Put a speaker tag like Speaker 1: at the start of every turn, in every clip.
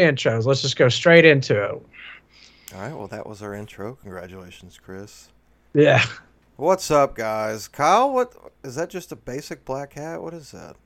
Speaker 1: intros. Let's just go straight into it.
Speaker 2: All right, well, that was our intro. Congratulations, Chris.
Speaker 1: Yeah.
Speaker 2: What's up, guys? Kyle, what is that? Just a basic black hat? What is that?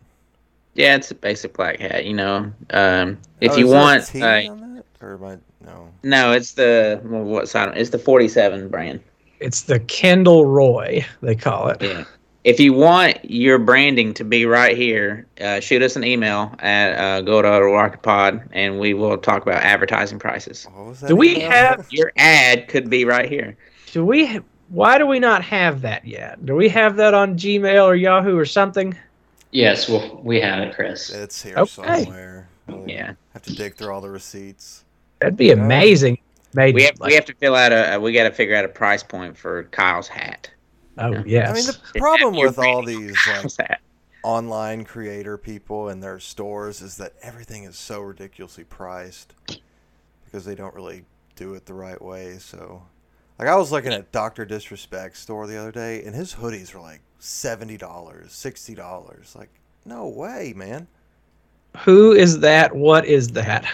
Speaker 3: Yeah, it's a basic black hat. You know, um, if
Speaker 2: Oh,
Speaker 3: you
Speaker 2: is there a
Speaker 3: want, uh,
Speaker 2: T
Speaker 3: like,
Speaker 2: on that? or am I- no?
Speaker 3: no, it's the well, what side? It's the forty-seven brand.
Speaker 1: It's the Kendall Roy, they call it.
Speaker 3: Yeah. If you want your branding to be right here, uh, shoot us an email at uh, go to Rocket Pod, and we will talk about advertising prices.
Speaker 2: What was that?
Speaker 1: Do we
Speaker 2: email?
Speaker 1: have-
Speaker 3: Your ad could be right here.
Speaker 1: Do we ha- why do we not have that yet? Do we have that on Gmail or Yahoo or something?
Speaker 4: Yes, well, we have it, Chris.
Speaker 2: It's here
Speaker 1: Okay.
Speaker 2: somewhere. I'll
Speaker 3: Yeah,
Speaker 2: Have to dig through all the receipts.
Speaker 1: That'd be amazing. Made
Speaker 3: Uh, we have
Speaker 1: like-
Speaker 3: we have to fill out a we got to figure out a price point for Kyle's hat.
Speaker 1: Oh yes.
Speaker 2: I mean, the problem
Speaker 3: Your
Speaker 2: with all
Speaker 3: branding.
Speaker 2: these like
Speaker 3: Kyle's hat.
Speaker 2: online creator people and their stores is that everything is so ridiculously priced because they don't really do it the right way. So, like, I was looking at Dr. Disrespect's store the other day, and his hoodies were like $70, $60. Like, no way, man.
Speaker 1: Who is that? What is that?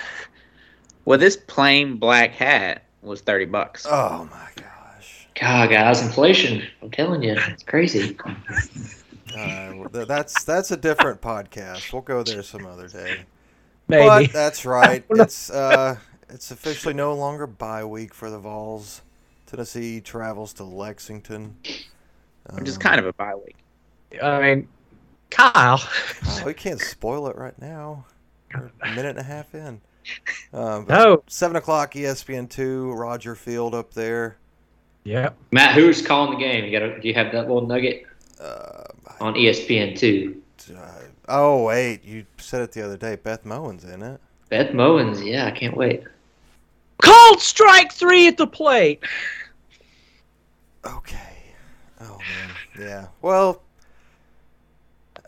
Speaker 3: Well, this plain black hat was thirty bucks.
Speaker 2: Oh my gosh.
Speaker 4: God, guys, inflation. I'm telling you, it's crazy.
Speaker 2: Uh, well, th- that's that's a different podcast. We'll go there some other day.
Speaker 1: Maybe.
Speaker 2: But that's right.
Speaker 1: don't know.
Speaker 2: It's uh, it's officially no longer bye week for the Vols. Tennessee travels to Lexington. Um,
Speaker 3: Which is kind of a bye week.
Speaker 1: I mean, Kyle.
Speaker 2: oh, we can't spoil it right now. We're a minute and a half in. Um, but
Speaker 1: No.
Speaker 2: Seven o'clock, E ESPN two. Roger Field up there.
Speaker 1: Yep.
Speaker 4: Matt, who's calling the game? You got? to Do you have that little nugget
Speaker 2: Uh,
Speaker 4: on E ESPN two?
Speaker 2: uh, oh wait, you said it the other day. Beth Moen's in it.
Speaker 4: Beth Mowens. Yeah, I can't wait.
Speaker 1: Cold strike three at the plate.
Speaker 2: Okay. Oh man. Yeah. Well,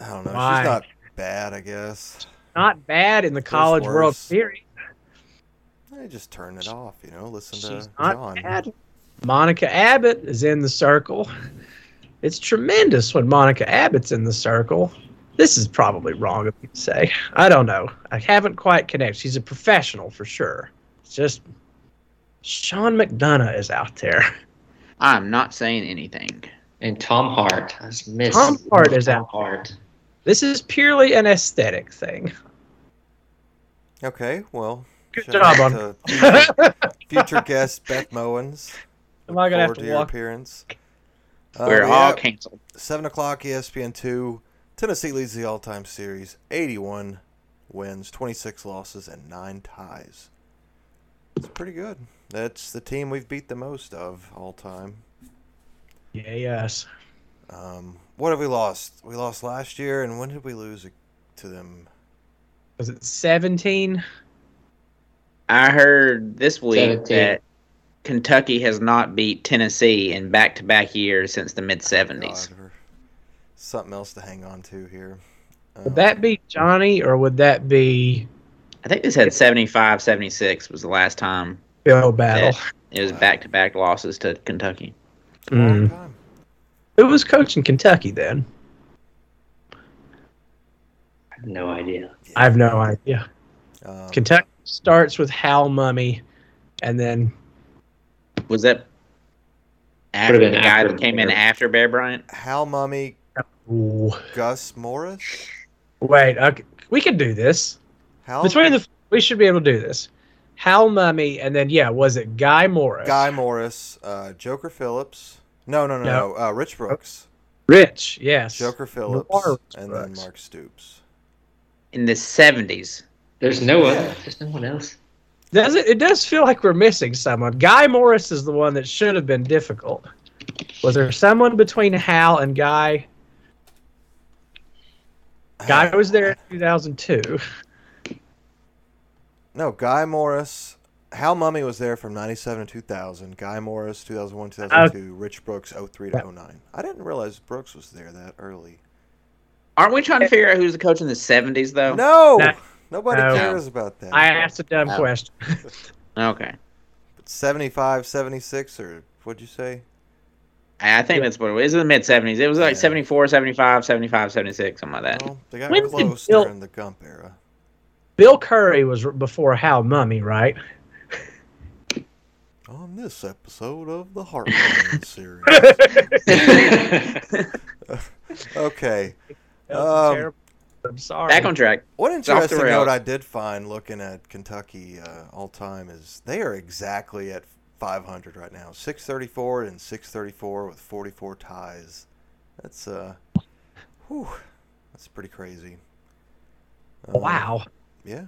Speaker 2: I don't know.
Speaker 1: Why?
Speaker 2: She's not bad, I guess.
Speaker 1: Not bad in the
Speaker 2: There's
Speaker 1: college World
Speaker 2: worse.
Speaker 1: Series.
Speaker 2: I just turn it off, you know. Listen
Speaker 1: She's
Speaker 2: to
Speaker 1: not
Speaker 2: John.
Speaker 1: bad. Monica Abbott is in the circle. It's tremendous when Monica Abbott's in the circle. This is probably wrong of me to say. I don't know. I haven't quite connected. She's a professional for sure. It's just Sean McDonough is out there.
Speaker 3: I'm not saying anything.
Speaker 4: And Tom Hart. I just missed
Speaker 1: Tom Hart is out.
Speaker 4: Hart.
Speaker 1: This is purely an aesthetic thing.
Speaker 2: Okay, well.
Speaker 1: Good
Speaker 2: shout
Speaker 1: job on.
Speaker 2: out to future, future guest Beth Mowens.
Speaker 1: Am I gonna have
Speaker 2: Forward
Speaker 1: to
Speaker 2: your
Speaker 1: walk-
Speaker 2: appearance. Uh,
Speaker 3: We're
Speaker 2: yeah,
Speaker 3: all canceled.
Speaker 2: seven o'clock E ESPN two. Tennessee leads the all-time series, eighty-one wins, twenty-six losses, and nine ties. It's pretty good. That's the team we've beat the most of all time.
Speaker 1: Yeah, yes.
Speaker 2: Um, what have we lost? We lost last year, and when did we lose it to them?
Speaker 1: Was it 17?
Speaker 3: I heard this week
Speaker 4: 17.
Speaker 3: that Kentucky has not beat Tennessee in back-to-back years since the mid '70s.
Speaker 2: Oh, God, we're- something else to hang on to here. Um,
Speaker 1: Would that be Johnny or would that be
Speaker 3: I think they said 75, 76 was the last time
Speaker 1: Bill Battle?
Speaker 3: it was
Speaker 2: Wow.
Speaker 3: back-to-back losses to Kentucky.
Speaker 2: it's a long
Speaker 1: Mm.
Speaker 2: time.
Speaker 1: Who was coaching Kentucky then?
Speaker 4: I have no idea.
Speaker 1: I have no idea.
Speaker 2: Um,
Speaker 1: Kentucky starts with Hal Mummy, and then
Speaker 3: Was that after
Speaker 4: Would've
Speaker 3: the
Speaker 4: been
Speaker 3: guy
Speaker 4: after
Speaker 3: that came in
Speaker 4: Bear.
Speaker 3: after Bear Bryant?
Speaker 2: Hal Mummy,
Speaker 1: Ooh.
Speaker 2: Gus Morris.
Speaker 1: wait, okay, we can do this
Speaker 2: Hal
Speaker 1: between the we should be able to do this. Hal Mummy, and then yeah, was it Guy Morris?
Speaker 2: Guy Morris, uh, Joker Phillips. No, no, no,
Speaker 1: No.
Speaker 2: no. Uh, Rich Brooks,
Speaker 1: Rich, yes.
Speaker 2: Joker Phillips,
Speaker 1: Rich
Speaker 2: and then
Speaker 1: Brooks.
Speaker 2: Mark Stoops.
Speaker 3: In the '70s,
Speaker 4: There's no one.
Speaker 2: Yeah.
Speaker 4: There's no one else.
Speaker 1: Does it? It does feel like we're missing someone. Guy Morris is the one that should have been difficult. Was there someone between Hal and Guy? Guy was there in 2002.
Speaker 2: No, Guy Morris. Hal Mummy was there from 97 to 2000. Guy Morris,
Speaker 1: Uh,
Speaker 2: 2001, 2002. Rich Brooks, 03 to 09. I didn't realize Brooks was there that early.
Speaker 3: aren't we trying to figure out who's the coach in the '70s though?
Speaker 2: No!
Speaker 1: No.
Speaker 2: Nobody
Speaker 1: No.
Speaker 2: cares about that.
Speaker 1: I asked a dumb
Speaker 3: Oh.
Speaker 1: question.
Speaker 3: Okay,
Speaker 2: 75, 76, or what'd you say?
Speaker 3: I I think that's what it was. It was in the mid '70s. It was like
Speaker 2: Yeah. Oh,
Speaker 3: 74, 75, 75, 76, something like that.
Speaker 2: Well, they got
Speaker 1: When did
Speaker 2: close
Speaker 1: Bill-
Speaker 2: during the Gump era.
Speaker 1: Bill Curry was r- before How Mummy, right?
Speaker 2: On this episode of the Heartland series. Okay.
Speaker 1: That was
Speaker 2: Um,
Speaker 1: terrible. I'm sorry.
Speaker 3: Back on track.
Speaker 2: One
Speaker 3: off the
Speaker 2: interesting note
Speaker 3: rails.
Speaker 2: I did find looking at Kentucky uh, all time is they are exactly at 500 right now. 634 and 634 with 44 ties. That's uh, whew, that's pretty crazy. Um,
Speaker 1: wow.
Speaker 2: Yeah.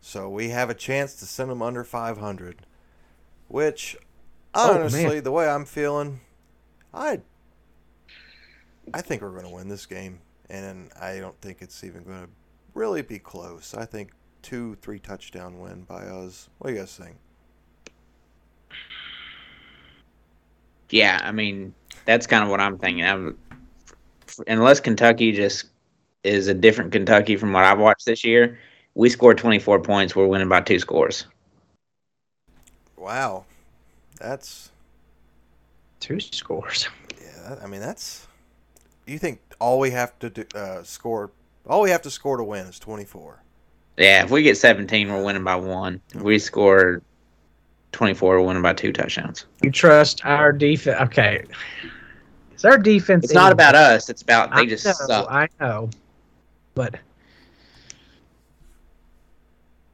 Speaker 2: So we have a chance to send them under 500, which
Speaker 1: Oh, man.
Speaker 2: honestly, the way I'm feeling, I I think we're going to win this game, and I don't think it's even going to really be close. I think two, three touchdown win by us. What do you guys think?
Speaker 3: Yeah, I mean that's kind of what I'm thinking. I'm, unless Kentucky just is a different Kentucky from what I've watched this year, we scored 24 points. We're winning by two scores.
Speaker 2: Wow, that's
Speaker 1: Two scores.
Speaker 2: yeah. that- I mean, that's you think all we have to do, uh, score, all we have to score to win is 24.
Speaker 3: Yeah, if we get 17, we're winning by one. If we score 24, we're winning by two touchdowns.
Speaker 1: You trust our defense? Okay. Is our defense?
Speaker 3: It's not
Speaker 1: even-
Speaker 3: about us. It's about they just
Speaker 1: I know,
Speaker 3: suck.
Speaker 1: I know, but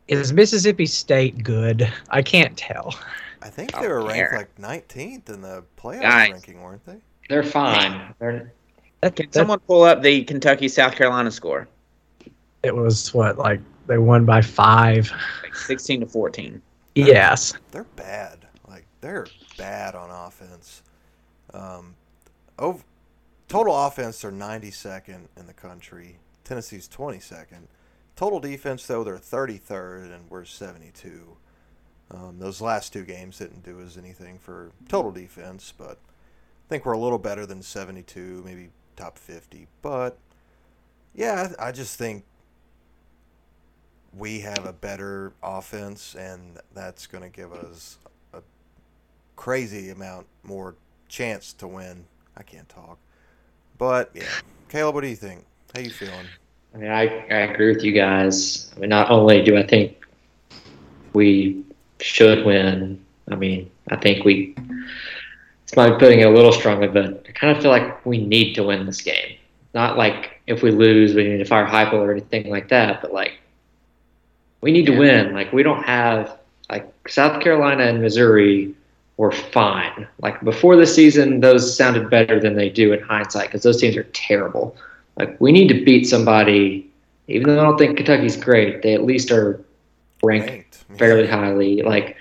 Speaker 1: is Mississippi State good? I can't tell.
Speaker 2: I think
Speaker 3: I
Speaker 2: they
Speaker 3: don't
Speaker 2: were
Speaker 3: care.
Speaker 2: ranked like 19th in the playoff
Speaker 3: Guys.
Speaker 2: ranking, weren't they?
Speaker 4: They're fine. They're
Speaker 1: That,
Speaker 3: Can
Speaker 1: that,
Speaker 3: someone pull up the Kentucky South Carolina score?
Speaker 1: it was what like they won by five.
Speaker 3: Like 16 to 14.
Speaker 1: Yes,
Speaker 2: They're bad. Like they're bad on offense. Um, over, total offense, they're 92nd in the country. Tennessee's 22nd. Total defense, though, they're 33rd, and we're 72. Um, those last two games didn't do us anything for total defense, but I think we're a little better than 72, maybe top 50. But yeah, I I just think we have a better offense, and that's going to give us a crazy amount more chance to win. I can't talk, but yeah, Caleb, what do you think? How you feeling?
Speaker 4: I mean, I, I agree with you guys. I mean, not only do I think we should win, I mean, I think we, it's my putting it a little strongly, but I kind of feel like we need to win this game. Not like if we lose, we need to fire Heupel or anything like that, but like we need to win. Like we don't have, like South Carolina and Missouri were fine. Like before the season, those sounded better than they do in hindsight because those teams are terrible like we need to beat somebody even though i don't think kentucky's great they at least are ranked fairly highly like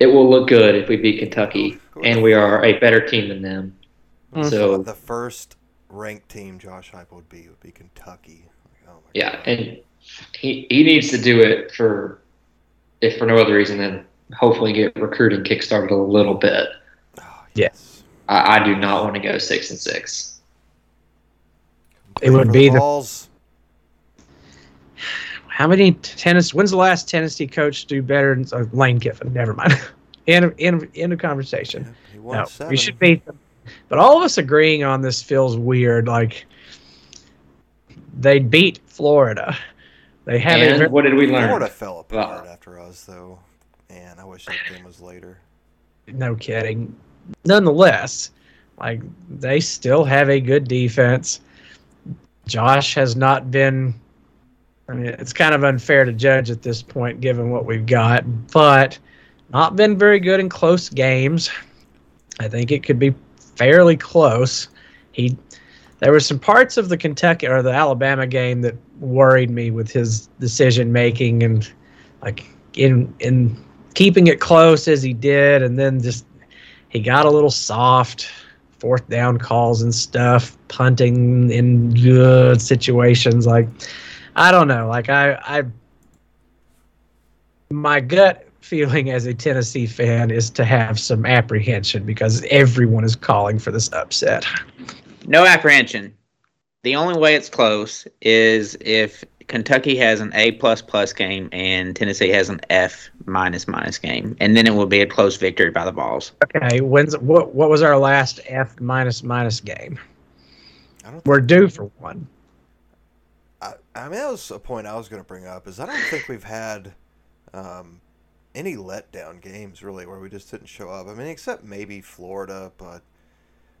Speaker 4: it will look good if we beat kentucky and we are a better team than them so-
Speaker 2: the first ranked team Josh Heupel would be would be Kentucky. Like, oh my
Speaker 4: yeah
Speaker 2: God.
Speaker 4: and he, he needs to do it for if for no other reason than hopefully get recruiting kickstarted a little bit
Speaker 2: Oh,
Speaker 1: Yeah.
Speaker 2: yes.
Speaker 4: i, I do not want to go six and six
Speaker 1: It would
Speaker 2: For
Speaker 1: be the-
Speaker 2: balls.
Speaker 1: how many t- tennis? When's the last Tennessee coach do better than uh, Lane Kiffin? Never mind. end, of, end, of, end of conversation.
Speaker 2: Yeah, he won
Speaker 1: No,
Speaker 2: seven.
Speaker 1: we should beat them. But all of us agreeing on this feels weird. Like they beat Florida. They have a
Speaker 4: and
Speaker 1: very-
Speaker 4: what did we learn
Speaker 2: Florida fell apart after us, though. Man, I wish that game was later.
Speaker 1: no kidding. Nonetheless, like they still have a good defense. Josh has not been. I mean, it's kind of unfair to judge at this point, given what we've got, but not been very good in close games. I think it could be fairly close. He, there were some parts of the Kentucky or the Alabama game that worried me with his decision making and like in in keeping it close as he did, and then just he got a little soft, fourth down calls and stuff, punting in good situations. Like I don't know. Like I, I, my gut feeling as a Tennessee fan is to have some apprehension because everyone is calling for this upset.
Speaker 3: No apprehension. The only way it's close is if Kentucky has an A plus plus game and Tennessee has an F minus minus game, and then it will be a close victory by the balls.
Speaker 1: Okay, when's what? What was our last F minus minus game?
Speaker 2: I don't.
Speaker 1: We're due for one.
Speaker 2: I, I mean, that was a point I was going to bring up is I don't think we've had um, any letdown games really where we just didn't show up. I mean, except maybe Florida, but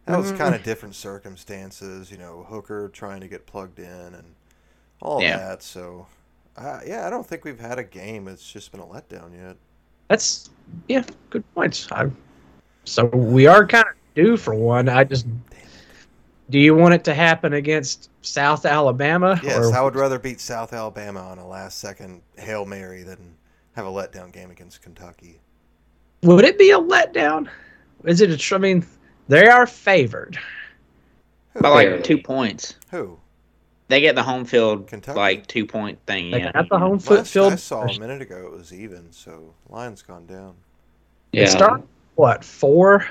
Speaker 2: that was
Speaker 3: Mm-hmm.
Speaker 1: Mm.
Speaker 2: kind of different circumstances. You know, Hooker trying to get plugged in and all
Speaker 3: Yeah.
Speaker 2: that. So, uh, yeah, I don't think we've had a game that's just been a letdown yet.
Speaker 1: That's yeah, good points. I, so we are kind of due for one. I just do you want it to happen against South Alabama?
Speaker 2: Yes, I would rather beat South Alabama on a last second Hail Mary than have a letdown game against Kentucky.
Speaker 1: would it be a letdown? Is it? A, tr- I mean, they are favored.
Speaker 2: Who?
Speaker 3: By like
Speaker 4: Barely.
Speaker 3: two points.
Speaker 2: Who?
Speaker 3: They get the home field
Speaker 2: Kentucky.
Speaker 3: like two point thing.
Speaker 1: They
Speaker 3: Yeah.
Speaker 1: got the home foot
Speaker 2: Last
Speaker 1: field.
Speaker 2: I saw
Speaker 1: first.
Speaker 2: a minute ago it was even, so Lions gone down.
Speaker 1: It
Speaker 4: Yeah.
Speaker 1: start what four?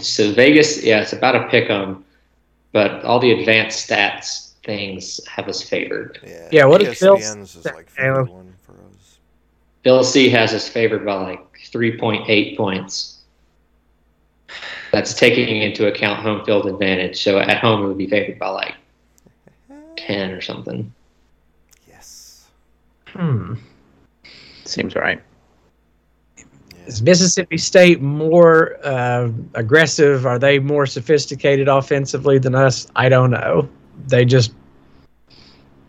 Speaker 4: So Vegas, yeah, it's about a pick 'em, but all the advanced stats things have us favored.
Speaker 2: Yeah. E
Speaker 1: Yeah, what is Phil's-
Speaker 2: ESPN's is like favorite one for us.
Speaker 4: Bill C has us favored by like 3.8 points. That's taking into account home field advantage. So at home, it would be favored by like 10 or something.
Speaker 2: Yes.
Speaker 1: Hmm.
Speaker 3: Seems right.
Speaker 2: Yeah.
Speaker 1: Is Mississippi State more uh, aggressive? Are they more sophisticated offensively than us? I don't know. They just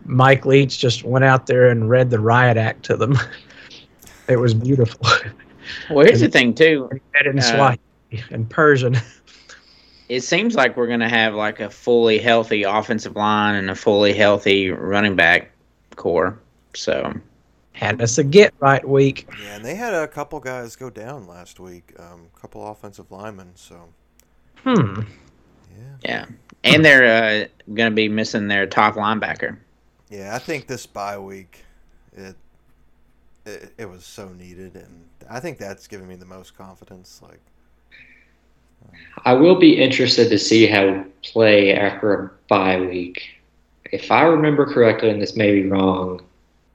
Speaker 1: Mike Leach just went out there and read the riot act to them. it was beautiful.
Speaker 3: Well, here's the thing too.
Speaker 1: Read in
Speaker 3: Uh,
Speaker 1: Swahili and Persian.
Speaker 3: It seems like we're gonna have like a fully healthy offensive line and a fully healthy running back core. So
Speaker 1: Had us a get right week.
Speaker 2: Yeah, and they had a couple guys go down last week, um, couple offensive linemen, so
Speaker 1: Hmm.
Speaker 2: yeah.
Speaker 3: yeah, and they're uh, gonna be missing their top linebacker.
Speaker 2: Yeah, I think this bye week it, it it was so needed and I think that's given me the most confidence like
Speaker 4: I will be interested to see how we play after a bye week. If I remember correctly, and this may be wrong,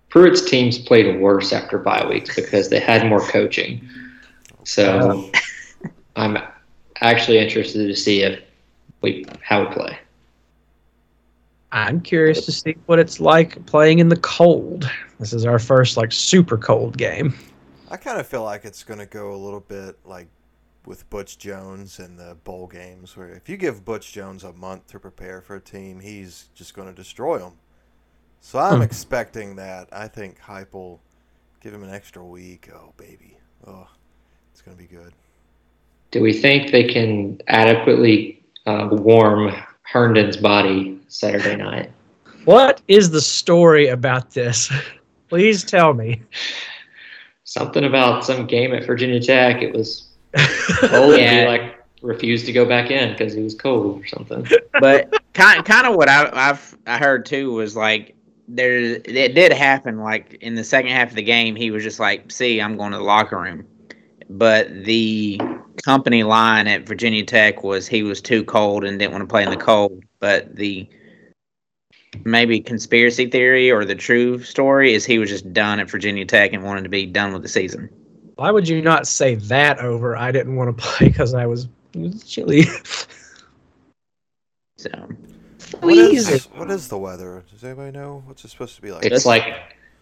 Speaker 4: Pruitt's teams played worse after bye weeks because they had more coaching. So I'm actually interested to see if we how we play.
Speaker 1: I'm curious to see what it's like playing in the cold. This is our first like super cold game.
Speaker 2: I kind of feel like it's going to go a little bit like with Butch Jones and the bowl games, where if you give Butch Jones a month to prepare for a team, he's just going to destroy them. So I'm
Speaker 1: Hmm.
Speaker 2: expecting that. I think Hype will give him an extra week. Oh, baby. Oh, it's going to be good.
Speaker 4: Do we think they can adequately uh, warm Herndon's body Saturday night?
Speaker 1: What is the story about this? Please tell me.
Speaker 4: Something about some game at Virginia Tech. It was
Speaker 1: Oh,
Speaker 4: cold. and He
Speaker 3: Yeah.
Speaker 4: like refused to go back in because he was cold or something.
Speaker 3: but kind kind of what I, I've I heard too was like there it did happen like in the second half of the game he was just like see I'm going to the locker room, but the company line at Virginia Tech was he was too cold and didn't want to play in the cold, but the maybe conspiracy theory or the true story is he was just done at Virginia Tech and wanted to be done with the season.
Speaker 1: Why would you not say that over? I didn't want to play because I was it was chilly.
Speaker 3: So
Speaker 2: What is-
Speaker 1: Please.
Speaker 2: what is the weather? Does anybody know? What's it supposed to be like?
Speaker 4: It's like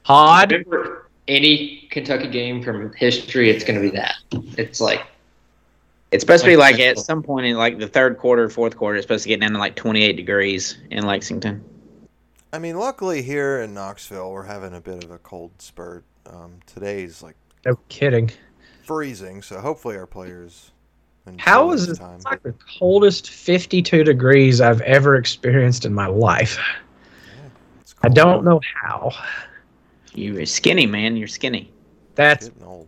Speaker 1: Hard.
Speaker 4: remember any Kentucky game from history, it's going to be that. It's like
Speaker 3: It's supposed to be like at some point in like the third quarter, fourth quarter, it's supposed to get down to like 28 degrees in Lexington.
Speaker 2: I mean, luckily here in Knoxville, we're having a bit of a cold spurt. Um, today's like
Speaker 1: No kidding.
Speaker 2: freezing, so hopefully our players. enjoy
Speaker 1: How is
Speaker 2: this
Speaker 1: this
Speaker 2: time.
Speaker 1: it's like the coldest 52 degrees I've ever experienced in my life?
Speaker 2: It's
Speaker 1: I
Speaker 2: cold.
Speaker 1: don't know how.
Speaker 3: You're skinny, man. You're skinny.
Speaker 1: That's
Speaker 2: Getting old.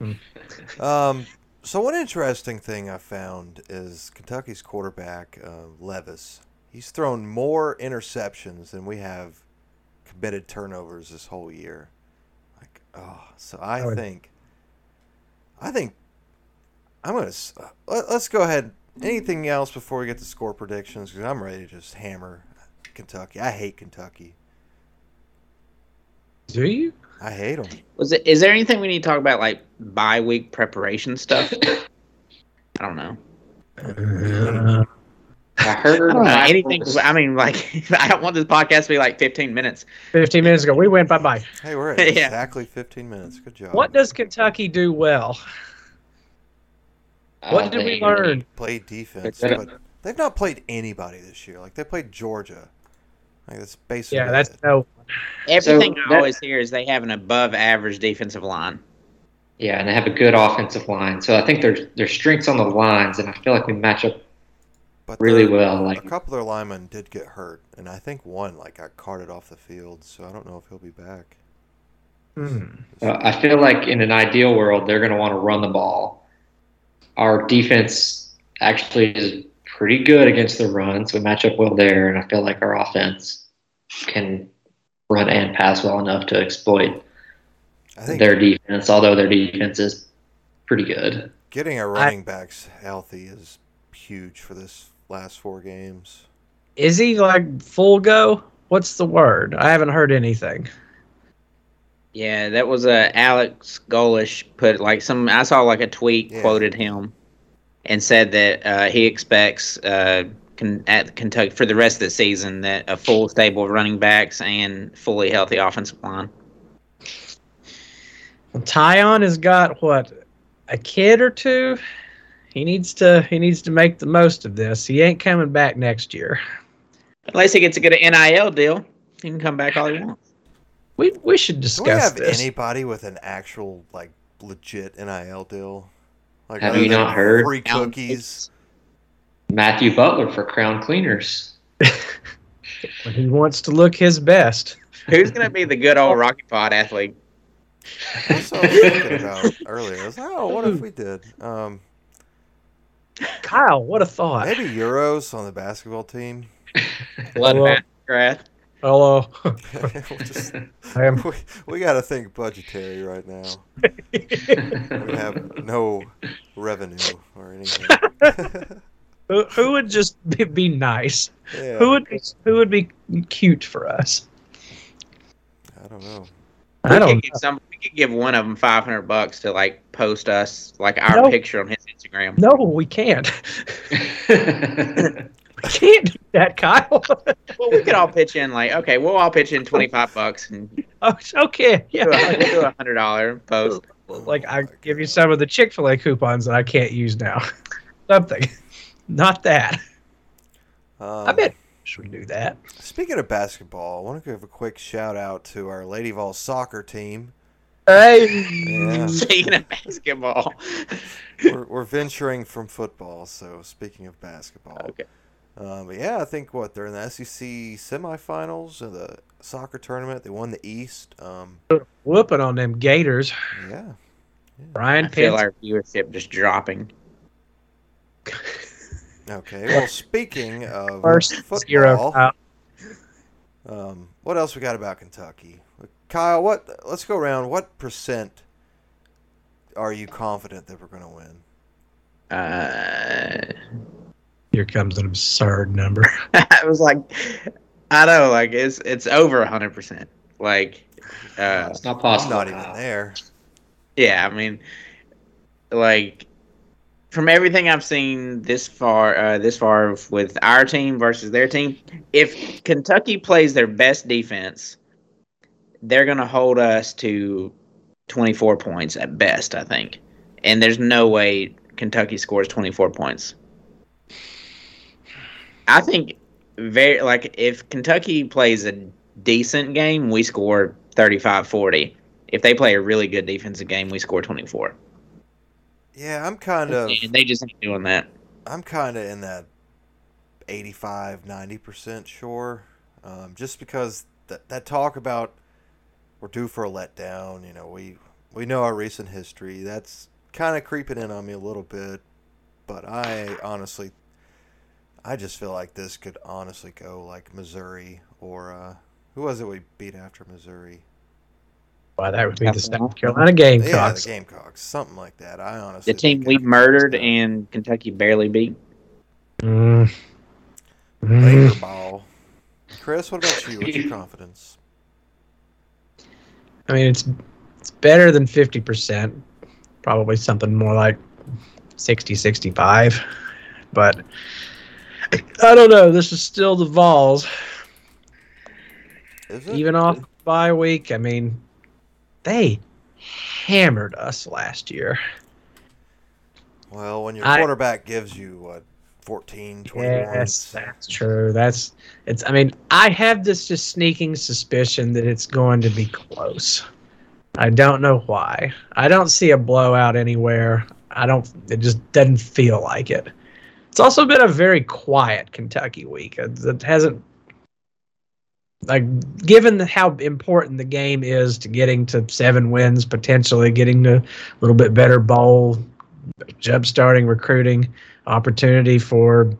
Speaker 1: Hmm.
Speaker 2: um, so one interesting thing I found is Kentucky's quarterback uh, Levis. He's thrown more interceptions than we have committed turnovers this whole year. Like, oh, so I
Speaker 1: I would-
Speaker 2: think, I think, I'm gonna. s- uh, Let, let's go ahead. Anything else before we get to score predictions? Because I'm ready to just hammer Kentucky. I hate Kentucky.
Speaker 1: do you?
Speaker 2: I hate them.
Speaker 3: Was it? Is there anything we need to talk about, like bye week preparation stuff? I don't know.
Speaker 1: Uh,
Speaker 4: I heard
Speaker 3: I don't know,
Speaker 4: I-
Speaker 3: anything. I mean, like, I don't want this podcast to be like 15 minutes.
Speaker 1: 15 minutes ago, we went bye bye.
Speaker 2: Hey, we're at
Speaker 3: Yeah.
Speaker 2: exactly 15 minutes. Good job.
Speaker 1: What does Kentucky do well?
Speaker 4: I
Speaker 1: What did we
Speaker 4: think-
Speaker 1: learn?
Speaker 2: play defense?
Speaker 4: They
Speaker 2: But
Speaker 4: could've-
Speaker 2: they've not played anybody this year. Like they played Georgia. Like that's basically
Speaker 1: Yeah, that's
Speaker 2: it.
Speaker 1: no.
Speaker 3: Everything I
Speaker 4: that-
Speaker 3: always hear is they have an above average defensive line.
Speaker 4: Yeah, and they have a good offensive line. So I think there's there's strengths on the lines, and I feel like we match up
Speaker 2: But
Speaker 4: really
Speaker 2: their-
Speaker 4: well.
Speaker 2: A
Speaker 4: Like
Speaker 2: couple of their linemen did get hurt, and I think one like got carted off the field. So I don't know if he'll be back.
Speaker 1: Hmm.
Speaker 4: Uh, I feel like in an ideal world, they're going to want to run the ball. Our defense actually is pretty good against the run, so we match up well there. And I feel like our offense can run and pass well enough to exploit
Speaker 2: I think
Speaker 4: their defense, although their defense is pretty good.
Speaker 2: getting our running backs healthy is huge for this last four games.
Speaker 1: Is he like full go? What's the word? I haven't heard anything.
Speaker 3: Yeah, that was uh, Alex Golish put like some. I saw like a tweet
Speaker 2: Yeah.
Speaker 3: quoted him and said that uh, he expects uh, Ken- at Kentucky for the rest of the season that a full stable of running backs and fully healthy offensive line.
Speaker 1: Well, Tyon has got what a kid or two. He needs to he needs to make the most of this. He ain't coming back next year.
Speaker 3: Unless he gets to get an NIL deal, he can come back all he wants.
Speaker 1: We we should
Speaker 2: Do we
Speaker 1: discuss
Speaker 2: have
Speaker 1: this.
Speaker 2: anybody with an actual like legit NIL deal? Like
Speaker 4: Have
Speaker 2: other
Speaker 4: you
Speaker 2: than
Speaker 4: not heard?
Speaker 2: free cookies?
Speaker 4: Matthew Butler for Crown Cleaners.
Speaker 1: When he wants to look his best.
Speaker 3: Who's gonna be the good old Rocky Pod athlete?
Speaker 2: That's what I was thinking about earlier. I was like, oh, what if we did? Um,
Speaker 1: Kyle, what a thought.
Speaker 2: maybe Euros on the basketball team.
Speaker 1: Hello.
Speaker 3: Grad.
Speaker 1: Hello.
Speaker 2: We'll just-
Speaker 1: I am
Speaker 2: we we got to think budgetary right now. We have no revenue or anything.
Speaker 1: who, who would just be, be nice?
Speaker 2: yeah,
Speaker 1: Who would be, who would be cute for us?
Speaker 2: I don't know.
Speaker 1: I
Speaker 3: we
Speaker 1: don't
Speaker 3: could give some. We could give one of them five hundred bucks to like post us like our
Speaker 1: No.
Speaker 3: picture on his Instagram.
Speaker 1: No, we can't. We can't do that, Kyle.
Speaker 3: Well, we could all pitch in like, okay, we'll all pitch in twenty five bucks and
Speaker 1: oh, it's okay.
Speaker 3: do
Speaker 1: Yeah.
Speaker 3: a- we'll do a hundred dollar post.
Speaker 1: Like I
Speaker 2: Oh my
Speaker 1: give you
Speaker 2: God.
Speaker 1: some of the Chick fil A coupons that I can't use now. Something. Not that.
Speaker 2: Um,
Speaker 1: I bet we should do that.
Speaker 2: Speaking of basketball, I want to give a quick shout out to our Lady Vol soccer team. Yeah.
Speaker 3: Speaking of basketball,
Speaker 2: we're, we're venturing from football, so speaking of basketball.
Speaker 3: Okay.
Speaker 2: Um, but yeah, I think what they're in the SEC semifinals of the soccer tournament. They won the East. Um,
Speaker 1: Whooping on them Gators.
Speaker 2: yeah,
Speaker 1: Brian
Speaker 3: I feel
Speaker 1: Pitts.
Speaker 3: our viewership just dropping.
Speaker 2: Okay. Well, speaking of
Speaker 1: First
Speaker 2: football,
Speaker 1: zero. Uh,
Speaker 2: um, what else we got about Kentucky? Kyle, what? Let's go around. What percent are you confident that we're going to win?
Speaker 3: Uh,
Speaker 1: here comes an absurd number.
Speaker 3: I was like, I know, like it's it's over hundred percent. Like, uh,
Speaker 4: it's not
Speaker 2: I'm
Speaker 4: possible.
Speaker 2: not even there.
Speaker 3: Yeah, I mean, like from everything I've seen this far, uh, this far with our team versus their team, if Kentucky plays their best defense, they're gonna hold us to twenty four points at best, I think. And there's no way Kentucky scores twenty four points. I think very like if Kentucky plays a decent game, we score 35-40 if they play a really good defensive game, we score 24.
Speaker 2: Yeah, I'm kind of.
Speaker 3: And they just ain't doing that.
Speaker 2: I'm kind of in that 85, 90% sure. Um, just because that, that talk about we're due for a letdown, you know, we we know our recent history. That's kind of creeping in on me a little bit, but I honestly I just feel like this could honestly go like Missouri or uh who was it we beat after Missouri?
Speaker 1: Why that would be the
Speaker 3: Alabama.
Speaker 1: South Carolina
Speaker 2: Yeah, the
Speaker 1: Gamecocks.
Speaker 2: Gamecocks, something like that. I honestly
Speaker 3: The team
Speaker 2: think
Speaker 3: we
Speaker 2: it-
Speaker 3: murdered and Kentucky barely beat.
Speaker 1: Mm. Mm.
Speaker 2: Baylor ball. Chris, what about you? What's your confidence?
Speaker 1: I mean, it's it's better than fifty percent. Probably something more like 60, 65. But I don't know. This is still the Vols.
Speaker 2: Is it?
Speaker 1: Even off bye week, I mean, they hammered us last year.
Speaker 2: Well, when your
Speaker 1: I-
Speaker 2: quarterback gives you what 14, 21.
Speaker 1: Yes, that's true. That's it's. I mean, I have this just sneaking suspicion that it's going to be close. I don't know why. I don't see a blowout anywhere. I don't. It just doesn't feel like it. It's also been a very quiet Kentucky week. It it hasn't like given the, how important the game is to getting to seven wins potentially, getting to a little bit better bowl, jump starting recruiting opportunity for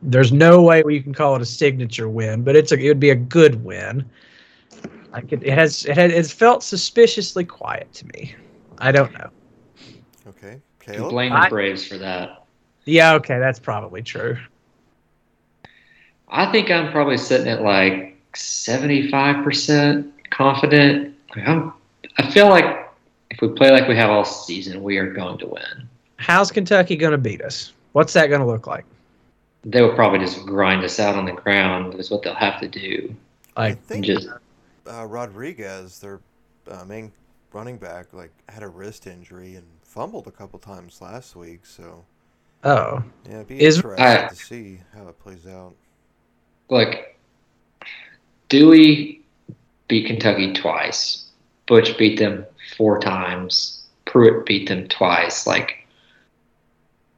Speaker 1: there's no way you can call it a signature win, but it's a, it would be a good win. Like it, it has it had it's felt suspiciously quiet to me. I don't know.
Speaker 2: Okay.
Speaker 4: You
Speaker 2: Caleb.
Speaker 4: blame
Speaker 1: I-
Speaker 4: the Braves for that.
Speaker 1: Yeah, okay, that's probably true.
Speaker 4: I think I'm probably sitting at like 75% confident. Like, I'm, I feel like if we play like we have all season, we are going to win.
Speaker 1: How's Kentucky going to beat us? What's that going to look like?
Speaker 4: They will probably just grind us out on the ground, is what they'll have to do.
Speaker 2: I
Speaker 1: Like
Speaker 4: And
Speaker 2: think
Speaker 4: just
Speaker 2: uh, Rodriguez, their uh, main running back, like had a wrist injury and fumbled a couple times last week. So
Speaker 1: oh,
Speaker 2: yeah, it'd be
Speaker 1: Is-
Speaker 2: interesting
Speaker 4: I-
Speaker 2: to see how it plays out.
Speaker 4: like Dewey beat Kentucky twice. Butch beat them four times. Pruitt beat them twice. Like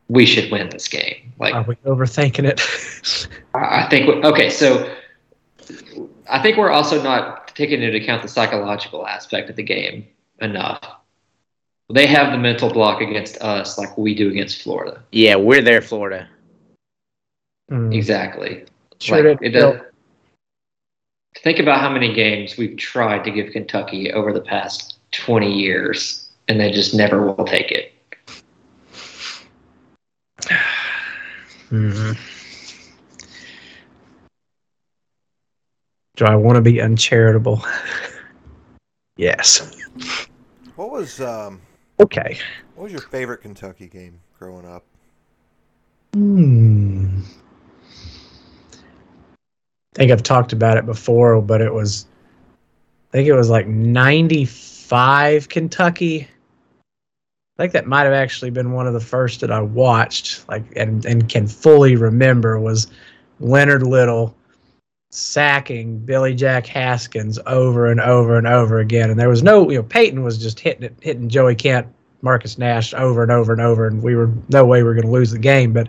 Speaker 4: we should win this game. Like
Speaker 1: are we overthinking it?
Speaker 4: I I think we- okay, so I think we're also not taking into account the psychological aspect of the game enough. They have the mental block against us, like we do against Florida.
Speaker 3: Yeah, we're there, Florida.
Speaker 1: Hmm,
Speaker 4: Exactly.
Speaker 1: sure
Speaker 4: Like,
Speaker 1: did
Speaker 4: it
Speaker 1: feel-
Speaker 4: does. Think about how many games we've tried to give Kentucky over the past 20 years, and they just never will take it.
Speaker 1: Mhm. Mm-hmm. Do I want to be uncharitable? yes.
Speaker 2: What was um,
Speaker 1: Okay.
Speaker 2: what was your favorite Kentucky game growing up?
Speaker 1: Hmm. I think I've talked about it before, but it was, I think it was like 95 Kentucky. I think that might have actually been one of the first that I watched, like, and, and can fully remember was Leonard Little sacking Billy Jack Haskins over and over and over again. And there was no, you know, Peyton was just hitting it, hitting Joey Kent Marcus Nash over and over and over, and we were no way we were going to lose the game. But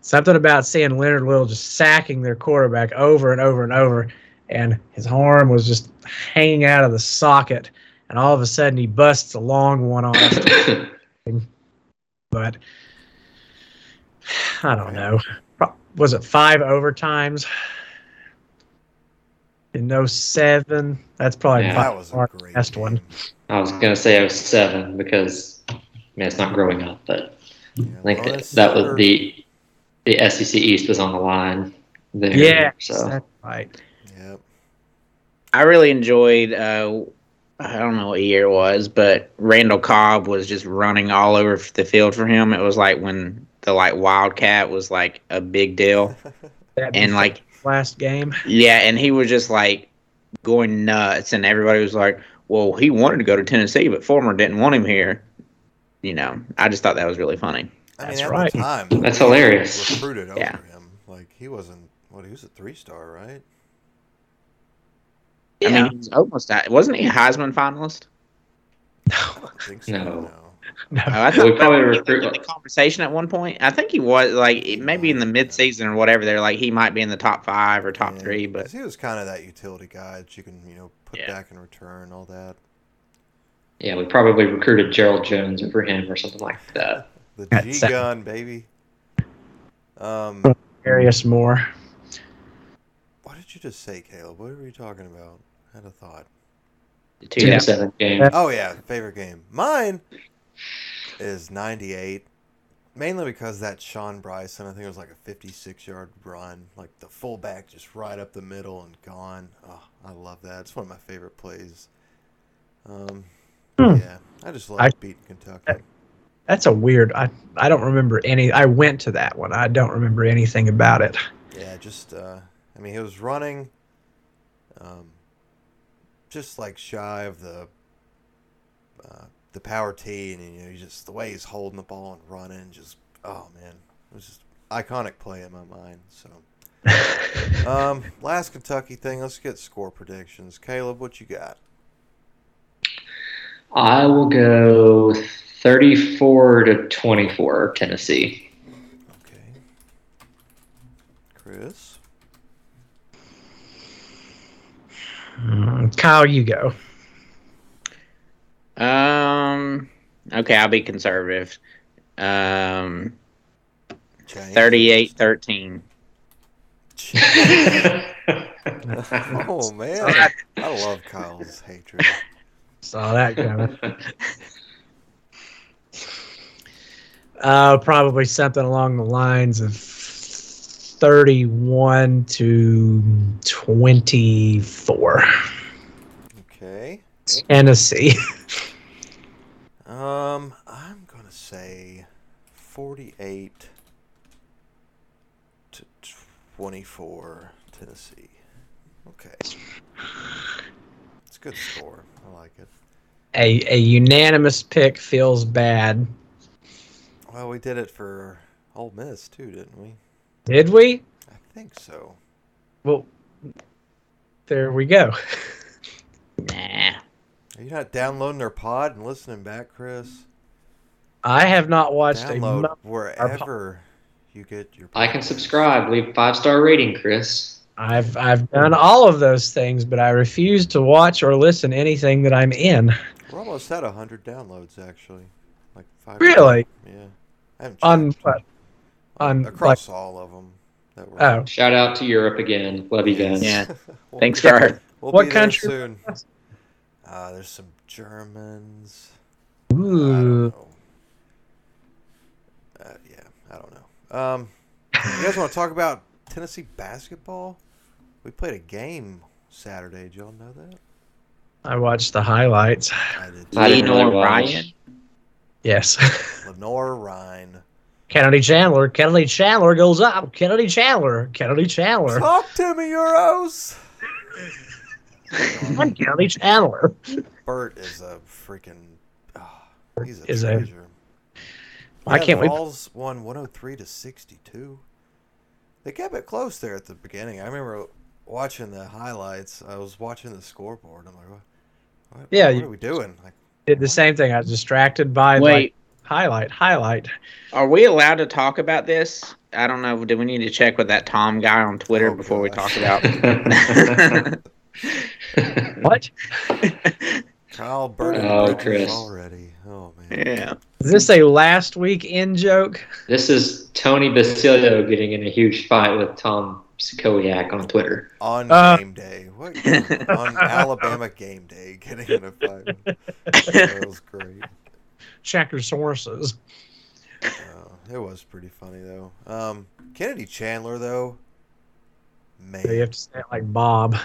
Speaker 1: something about seeing Leonard Little just sacking their quarterback over and over and over, and his arm was just hanging out of the socket, and all of a sudden he busts a long one on us. But I don't know. Pro- Was it five overtimes? In no seven. That's probably
Speaker 4: Yeah,
Speaker 1: by
Speaker 2: That was a
Speaker 1: far the
Speaker 2: great
Speaker 1: best
Speaker 2: game.
Speaker 1: one.
Speaker 4: I was going to say I was seven because, I mean, it's not growing up, but
Speaker 2: Yeah,
Speaker 4: I think that,
Speaker 2: Lawrence
Speaker 4: that was
Speaker 2: Sutter-
Speaker 4: the the SEC East was on the line there.
Speaker 1: Yeah,
Speaker 4: So
Speaker 1: that's right.
Speaker 2: Yep.
Speaker 3: I really enjoyed. Uh, I don't know what year it was, but Randall Cobb was just running all over the field for him. It was like when the like Wildcat was like a big deal,
Speaker 1: That
Speaker 3: and like
Speaker 1: last game.
Speaker 3: yeah, and he was just like going nuts, and everybody was like, "Well, he wanted to go to Tennessee, but Former didn't want him here." You know, I just thought that was really funny.
Speaker 2: I
Speaker 1: That's
Speaker 2: mean, at
Speaker 1: right.
Speaker 2: the time,
Speaker 4: That's
Speaker 2: they
Speaker 4: hilarious.
Speaker 2: Recruited over
Speaker 3: Yeah.
Speaker 2: him, like he wasn't. What he was a three star, right?
Speaker 3: I mean, he was almost wasn't he a Heisman finalist?
Speaker 2: I don't think so.
Speaker 4: No.
Speaker 1: No.
Speaker 3: Oh, I
Speaker 4: we
Speaker 3: thought
Speaker 4: probably
Speaker 3: in
Speaker 4: recruit.
Speaker 3: the conversation at one point. I think he was like it- maybe in the midseason or whatever. They're like he might be in the top five or top
Speaker 2: Yeah,
Speaker 3: three, but
Speaker 2: 'cause he was kind of that utility guy that you can you know put
Speaker 3: Yeah.
Speaker 2: back in return all that.
Speaker 4: Yeah, we probably recruited Gerald Jones over him or something like that.
Speaker 2: The
Speaker 1: That's
Speaker 2: G
Speaker 1: sad.
Speaker 2: gun, baby. Um,
Speaker 1: Darius Moore.
Speaker 2: what did you just say, Caleb? What were you talking about? I had a thought.
Speaker 4: The two
Speaker 1: Yeah.
Speaker 4: to seven game.
Speaker 2: Oh yeah, favorite game. Mine is '98, mainly because that Sean Bryson. I think it was like a 56-yard run, like the fullback just right up the middle and gone. Oh, I love that. It's one of my favorite plays. Um,
Speaker 1: Hmm.
Speaker 2: yeah, I just love
Speaker 1: I-
Speaker 2: beating Kentucky.
Speaker 1: That's a weird. I I don't remember any. I went to that one. I don't remember anything about it.
Speaker 2: Yeah, just uh, I mean, he was running, um, just like shy of the uh, the power T, and you know, he just the way he's holding the ball and running, just oh man, it was just iconic play in my mind. So, um, last Kentucky thing, let's get score predictions. Caleb, what you got?
Speaker 4: I will go 34 to 24 Tennessee.
Speaker 2: Okay, Chris.
Speaker 1: Mm, Kyle, you go.
Speaker 3: Um. Okay, I'll be conservative. Um.
Speaker 2: James?
Speaker 3: 38-13.
Speaker 2: Jeez.
Speaker 4: I
Speaker 2: oh man, I love Kyle's hatred.
Speaker 1: Saw that coming. uh, probably something along the lines of thirty-one to twenty-four.
Speaker 2: Okay.
Speaker 1: Tennessee.
Speaker 2: Um, I'm gonna say forty-eight to twenty-four, Tennessee. Okay, it's a good score. I like it.
Speaker 1: a a unanimous pick feels bad.
Speaker 2: Well, we did it for Ole Miss too, didn't we?
Speaker 1: Did we?
Speaker 2: I think so.
Speaker 1: Well, there we go.
Speaker 3: Nah.
Speaker 2: Are you not downloading their pod and listening back, Chris?
Speaker 1: I have not watched a.
Speaker 2: Download
Speaker 1: mo-
Speaker 2: wherever you get your.
Speaker 4: can
Speaker 2: podcasts.
Speaker 4: subscribe. Leave five star rating, Chris.
Speaker 1: I've I've done all of those things, but I refuse to watch or listen to anything that I'm in.
Speaker 2: We're almost at hundred downloads, actually. Like five.
Speaker 1: Really?
Speaker 2: Yeah. I haven't
Speaker 1: On
Speaker 2: checked.
Speaker 1: what? on,
Speaker 2: across all of them. That were
Speaker 1: Oh,
Speaker 4: Shout out to Europe again. Love you guys.
Speaker 3: Yeah.
Speaker 2: We'll
Speaker 3: Thanks
Speaker 2: be-
Speaker 3: for our
Speaker 2: We'll
Speaker 1: What
Speaker 2: be there
Speaker 1: country-
Speaker 2: soon. Uh, there's some Germans. I don't
Speaker 1: oh. ooh,
Speaker 2: know. Uh, yeah, I don't know. Um, you guys want to talk about Tennessee basketball? We played a game Saturday. Did y'all know that?
Speaker 1: I watched the highlights.
Speaker 2: I did.
Speaker 4: I didn't
Speaker 3: Lenore
Speaker 4: really watch.
Speaker 3: Ryan?
Speaker 1: Yes,
Speaker 2: Lenore Ryan.
Speaker 1: Kennedy Chandler. Kennedy Chandler goes up. Kennedy Chandler. Kennedy Chandler.
Speaker 2: Talk to me, Euros.
Speaker 1: I'm Kennedy Chandler.
Speaker 2: Bert is a freaking. ah, he's a
Speaker 1: Is a-
Speaker 2: treasure.
Speaker 1: I can't wait.
Speaker 2: Vols won 103 to 62. They kept it close there at the beginning. I remember watching the highlights. I was watching the scoreboard. I'm like, what? what-
Speaker 1: Yeah,
Speaker 2: what
Speaker 1: you-
Speaker 2: are we doing? Like,
Speaker 1: Did the same thing. I was distracted by like
Speaker 3: Wait,
Speaker 1: highlight, highlight.
Speaker 3: are we allowed to talk about this? I don't know. Do we need to check with that Tom guy on Twitter
Speaker 2: Oh,
Speaker 3: before we
Speaker 2: gosh.
Speaker 3: talk about?
Speaker 1: What?
Speaker 2: Kyle burning
Speaker 4: Oh,
Speaker 2: bridges
Speaker 4: Chris.
Speaker 2: already. Oh man.
Speaker 3: yeah.
Speaker 1: Is this a last week in joke?
Speaker 4: this is Tony Basilio getting in a huge fight with Tom Skowiak on Twitter.
Speaker 2: On
Speaker 1: Uh.
Speaker 2: game day, what? on Alabama game day, getting in a fight. That was great.
Speaker 1: Check your sources.
Speaker 2: Oh, it was pretty funny though. Um, Kennedy Chandler though, man,
Speaker 1: You have to say it like Bob.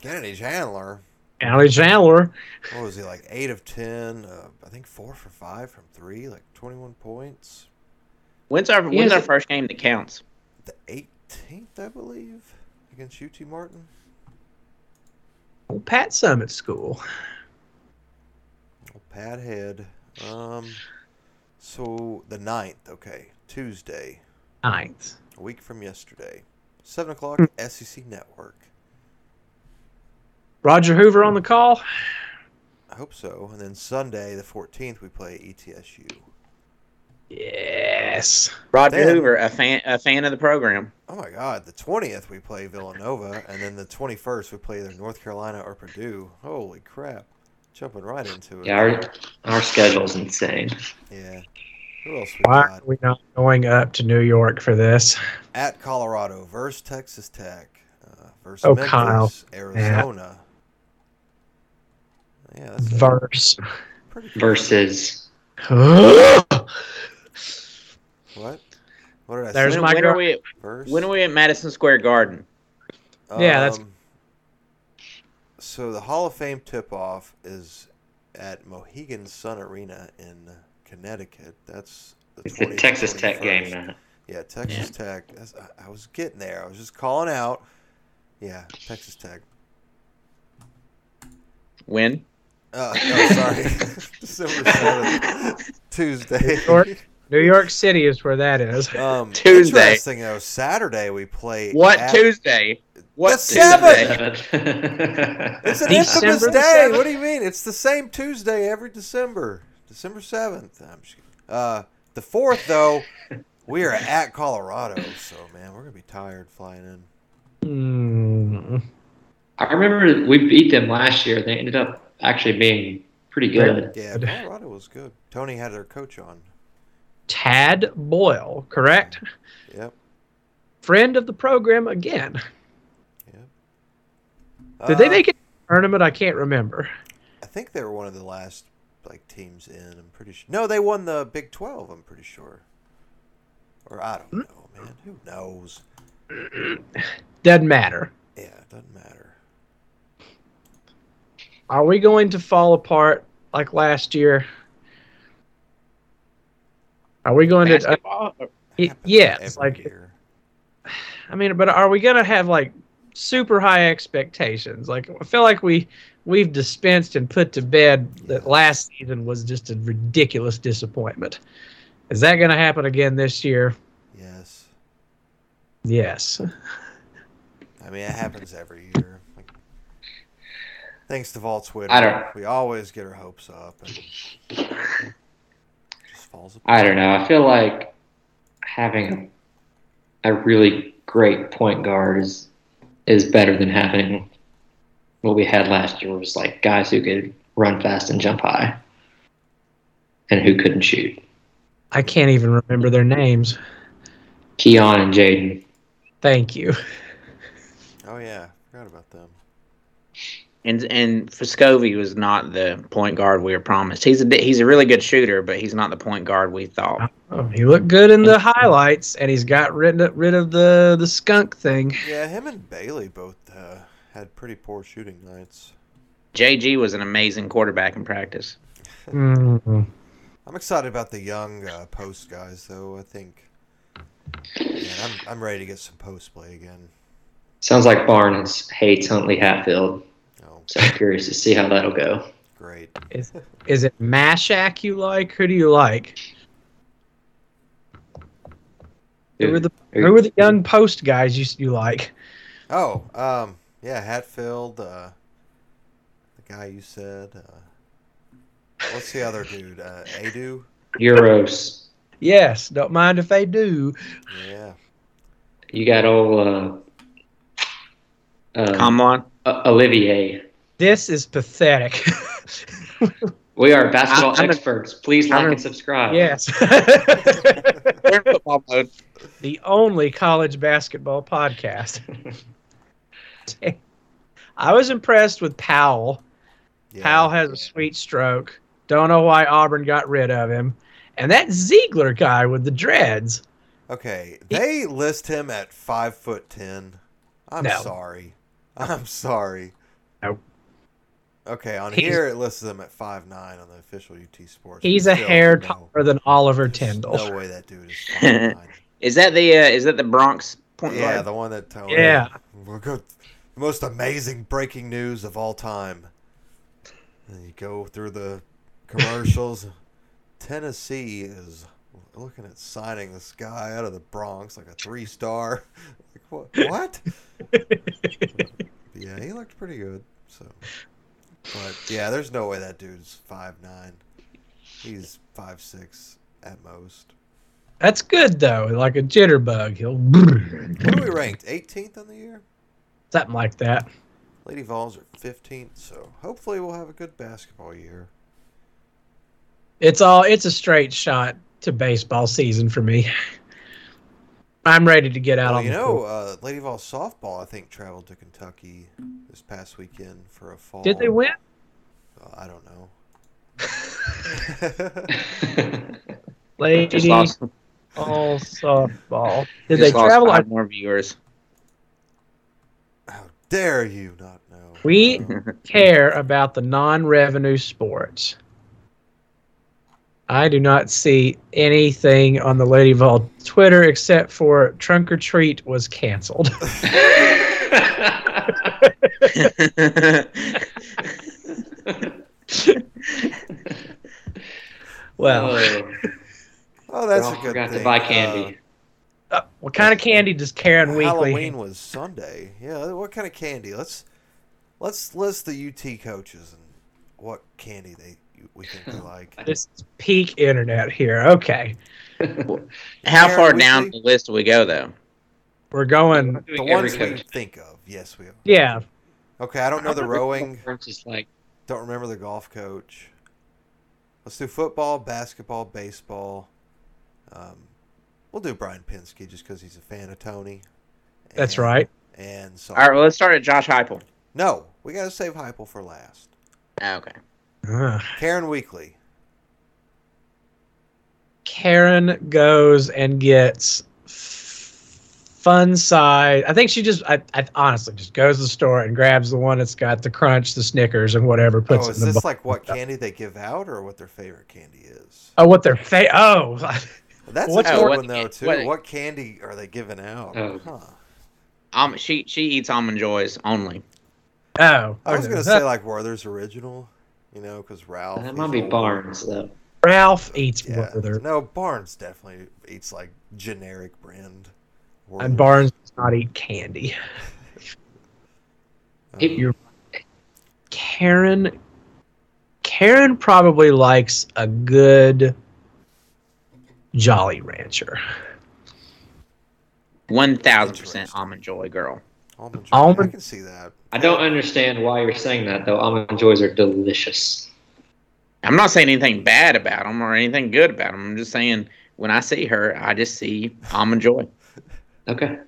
Speaker 2: Kennedy Chandler.
Speaker 1: Kennedy Chandler.
Speaker 2: What was he like? Eight of ten. Uh, I think four for five from three, like twenty-one points.
Speaker 3: When's our
Speaker 4: He
Speaker 3: When's
Speaker 4: has-
Speaker 3: our first game that counts?
Speaker 2: The eighteenth, I believe, against UT Martin.
Speaker 1: Old Pat Summit School.
Speaker 2: Oh, Pat Head. Um, so the 9th, Okay, Tuesday,
Speaker 1: Ninth.
Speaker 2: a week from yesterday, seven o'clock, SEC Network.
Speaker 1: Roger Hoover on the call.
Speaker 2: I hope so. And then Sunday, the fourteenth, we play E ETSU.
Speaker 1: Yes.
Speaker 3: Roger
Speaker 2: Damn.
Speaker 3: Hoover, a fan, a fan of the program.
Speaker 2: Oh my God! The twentieth we play Villanova, and then the twenty-first we play either North Carolina or Purdue. Holy crap! Jumping right into it.
Speaker 4: Yeah, our, our schedule's insane.
Speaker 2: Yeah. Who else we
Speaker 1: Why
Speaker 2: got?
Speaker 1: are we not going up to New York for this?
Speaker 2: At Colorado versus Texas Tech uh, versus
Speaker 1: Oh,
Speaker 2: Memphis,
Speaker 1: Kyle.
Speaker 2: Arizona. Yeah, that's a
Speaker 1: Verse.
Speaker 2: pretty cool.
Speaker 4: Versus
Speaker 2: What? What did I
Speaker 1: There's
Speaker 2: say?
Speaker 3: when,
Speaker 1: my
Speaker 3: when
Speaker 1: girl.
Speaker 3: are we?
Speaker 2: Verse?
Speaker 3: When are we at Madison Square Garden?
Speaker 1: Yeah, that's-
Speaker 2: Um, So the Hall of Fame tip-off is at Mohegan Sun Arena in Connecticut. That's the
Speaker 4: It's the
Speaker 2: 20th,
Speaker 4: Texas Tech
Speaker 2: 21st.
Speaker 4: game night.
Speaker 2: Yeah, Texas Tech. That's, I, I was getting there. I was just calling out. Yeah, Texas Tech.
Speaker 3: When?
Speaker 2: Uh, no, sorry. December 7th,
Speaker 1: York.
Speaker 2: Tuesday.
Speaker 1: New York City is where that is.
Speaker 2: Um,
Speaker 3: Tuesday.
Speaker 2: Interesting, though. Saturday we play.
Speaker 3: What
Speaker 2: at-
Speaker 3: Tuesday? What
Speaker 2: The
Speaker 3: Tuesday?
Speaker 2: It's an
Speaker 1: December
Speaker 2: infamous
Speaker 1: the
Speaker 2: day.
Speaker 1: 7th?
Speaker 2: What do you mean? It's the same Tuesday every December. December 7th. I'm just kidding. Uh, the 4th, though, we are at Colorado. So, man, we're going to be tired flying in.
Speaker 1: Hmm.
Speaker 4: I remember we beat them last year. They ended up actually being pretty good.
Speaker 2: Yeah, Colorado was good. Tony had their coach on.
Speaker 1: Tad Boyle, correct?
Speaker 2: Yep.
Speaker 1: Friend of the program again. Did
Speaker 2: Uh,
Speaker 1: they make it to the tournament? I can't remember.
Speaker 2: I think they were one of the last like teams in. I'm pretty sure. No, they won the Big Twelve. I'm pretty sure. Or I
Speaker 1: Hmm?
Speaker 2: don't know, man. Who knows?
Speaker 1: Doesn't matter.
Speaker 2: Yeah, it doesn't matter.
Speaker 1: Are we going to fall apart like last year? Are we going to?
Speaker 3: Basketball?
Speaker 1: Y-
Speaker 2: Happens
Speaker 1: yes,
Speaker 2: every
Speaker 1: like
Speaker 2: year.
Speaker 1: I mean, but are we gonna have like super high expectations? Like I feel like we we've dispensed and put to bed that last season was just a ridiculous disappointment. Is that gonna happen again this year?
Speaker 2: Yes,
Speaker 1: Yes.
Speaker 2: I mean it happens every year. Like, thanks to Vault Twitter,
Speaker 4: I don't-
Speaker 2: we always get our hopes up and it just falls apart.
Speaker 4: I don't know. I feel like having a really great point guard is is better than having what we had last year was like guys who could run fast and jump high and who couldn't shoot.
Speaker 1: I can't even remember their names.
Speaker 4: Keon and Jaden.
Speaker 1: Thank you.
Speaker 2: Oh yeah, forgot about them.
Speaker 3: And and Foscovi was not the point guard we were promised. He's a bit, he's a really good shooter, but he's not the point guard we thought.
Speaker 1: Oh, he looked good in the highlights, and he's got rid of, rid of the the skunk thing.
Speaker 2: Yeah, him and Bailey both uh, had pretty poor shooting nights.
Speaker 3: JG was an amazing quarterback in practice.
Speaker 1: Mm.
Speaker 2: I'm excited about the young uh, post guys, though. I think man, I'm I'm ready to get some post play again.
Speaker 4: Sounds like Barnes hates Huntley Hatfield,
Speaker 2: Oh,
Speaker 4: so I'm curious to see how that'll go.
Speaker 2: great!
Speaker 1: Is is it Mashak you like? Who do you like? Who are the who are the young post guys you you like?
Speaker 2: Oh, um, yeah, Hatfield, uh, the guy you said. Uh, what's the other dude? Uh, Adu.
Speaker 4: Euros.
Speaker 1: Yes, don't mind if they do.
Speaker 2: Yeah,
Speaker 4: You got old uh, uh,
Speaker 3: Comlon,
Speaker 4: O- Olivier.
Speaker 1: This is pathetic.
Speaker 4: We are basketball
Speaker 3: I'm a-
Speaker 4: experts. Please
Speaker 3: I'm
Speaker 4: like
Speaker 3: a-
Speaker 4: and subscribe.
Speaker 1: yes.
Speaker 3: we're in football mode.
Speaker 1: the only college basketball podcast. I was impressed with Powell.
Speaker 2: yeah.
Speaker 1: Powell has a sweet stroke. Don't know why Auburn got rid of him. And that Ziegler guy with the dreads.
Speaker 2: Okay, they list him at five foot ten. I'm
Speaker 1: No.
Speaker 2: sorry. I'm sorry.
Speaker 1: No.
Speaker 2: Okay, on
Speaker 1: He's-
Speaker 2: here it lists them at five nine on the official UT Sports.
Speaker 1: He's a
Speaker 2: Still,
Speaker 1: hair
Speaker 2: no.
Speaker 1: taller than Oliver
Speaker 2: There's
Speaker 1: Tyndall.
Speaker 2: No way that dude is. 5'9".
Speaker 3: Is that the uh, is that the Bronx point
Speaker 2: yeah,
Speaker 3: guard?
Speaker 2: the one that told
Speaker 1: Yeah.
Speaker 2: We're good. The most amazing breaking news of all time. And you go through the commercials. Tennessee is looking at signing this guy out of the Bronx, like a three star. Like what? What? yeah, he looked pretty good. So, but yeah, there's no way that dude's five nine. He's five six at most.
Speaker 1: That's good though, like a jitterbug. He'll
Speaker 2: What are we ranked? 18th on the year.
Speaker 1: something like that.
Speaker 2: Lady Vols are 15th, so hopefully we'll have a good basketball year.
Speaker 1: It's all it's a straight shot to baseball season for me. I'm ready to get out
Speaker 2: Well,
Speaker 1: on
Speaker 2: you
Speaker 1: the
Speaker 2: know,
Speaker 1: court.
Speaker 2: uh, Lady Vols softball, I think, traveled to Kentucky this past weekend for a fall.
Speaker 1: Did they win?
Speaker 2: Uh, I don't know.
Speaker 3: Just
Speaker 1: Lady
Speaker 3: lost.
Speaker 1: all softball. Did they
Speaker 3: just lost
Speaker 1: travel?
Speaker 3: Five more viewers.
Speaker 2: How dare you not know?
Speaker 1: We-
Speaker 2: Um,
Speaker 1: I care about the non-revenue sports. I do not see anything on the Lady Vol Twitter except for Trunk or Treat was canceled. well,
Speaker 4: oh,
Speaker 2: Oh, that's
Speaker 4: I
Speaker 2: a good
Speaker 4: forgot
Speaker 2: thing.
Speaker 4: to buy
Speaker 2: Uh,
Speaker 4: candy.
Speaker 1: uh, what kind of candy does Karen Weekly?
Speaker 2: Halloween was Sunday. Yeah, what kind of candy? Let's let's list the UT coaches and what candy they we think they like.
Speaker 1: This is peak internet here. Okay,
Speaker 3: How
Speaker 2: Karen
Speaker 3: far down the
Speaker 2: Weekly?
Speaker 3: list do we go though?
Speaker 1: we're going.
Speaker 2: The
Speaker 4: Doing every
Speaker 2: ones we
Speaker 4: coach.
Speaker 2: think of. Yes, we are.
Speaker 1: Yeah,
Speaker 2: Okay, I don't know the rowing.
Speaker 4: It's just like
Speaker 2: Don't remember the golf coach. Let's do football, basketball, baseball. Um, we'll do Brian Penske just because he's a fan of Tony.
Speaker 1: that's
Speaker 2: And-
Speaker 1: right.
Speaker 2: And so
Speaker 3: All right, well let's start at Josh Heupel.
Speaker 2: no, we got to save Hypel for last.
Speaker 3: Ah, Okay.
Speaker 1: Uh,
Speaker 2: Karen Weekly.
Speaker 1: Karen goes and gets f- fun size. I think she just, I, I honestly just goes to the store and grabs the one that's got the crunch, the Snickers, and whatever. Puts it
Speaker 2: oh, is
Speaker 1: in the
Speaker 2: this
Speaker 1: box.
Speaker 2: like what candy they give out or what their favorite candy is?
Speaker 1: oh, what their fa- Oh,
Speaker 2: That's
Speaker 1: What's
Speaker 2: a
Speaker 1: your-
Speaker 2: good
Speaker 3: what
Speaker 2: one though
Speaker 3: can-
Speaker 2: too. What,
Speaker 3: what-
Speaker 2: candy are they giving out?
Speaker 4: Oh.
Speaker 2: Huh.
Speaker 3: Um she she eats almond joys only.
Speaker 1: oh.
Speaker 2: I was
Speaker 1: okay.
Speaker 2: gonna say like Werther's original, you know, because Ralph.
Speaker 4: that
Speaker 2: is
Speaker 4: might be
Speaker 2: old.
Speaker 4: Barnes though.
Speaker 1: Ralph eats
Speaker 2: Yeah.
Speaker 1: Werther,
Speaker 2: No, Barnes definitely eats like generic brand. Werther's.
Speaker 1: and Barnes does not eat candy.
Speaker 2: Um,
Speaker 4: It-
Speaker 1: Karen, Karen probably likes a good Jolly Rancher.
Speaker 3: One thousand percent
Speaker 2: Interesting.
Speaker 3: almond joy girl.
Speaker 2: almond. Joy. I
Speaker 1: almond-
Speaker 2: can see that.
Speaker 4: I don't understand why you're saying that though. Almond joys are delicious.
Speaker 3: I'm not saying anything bad about them or anything good about them. I'm just saying when I see her, I just see almond joy.
Speaker 4: Okay.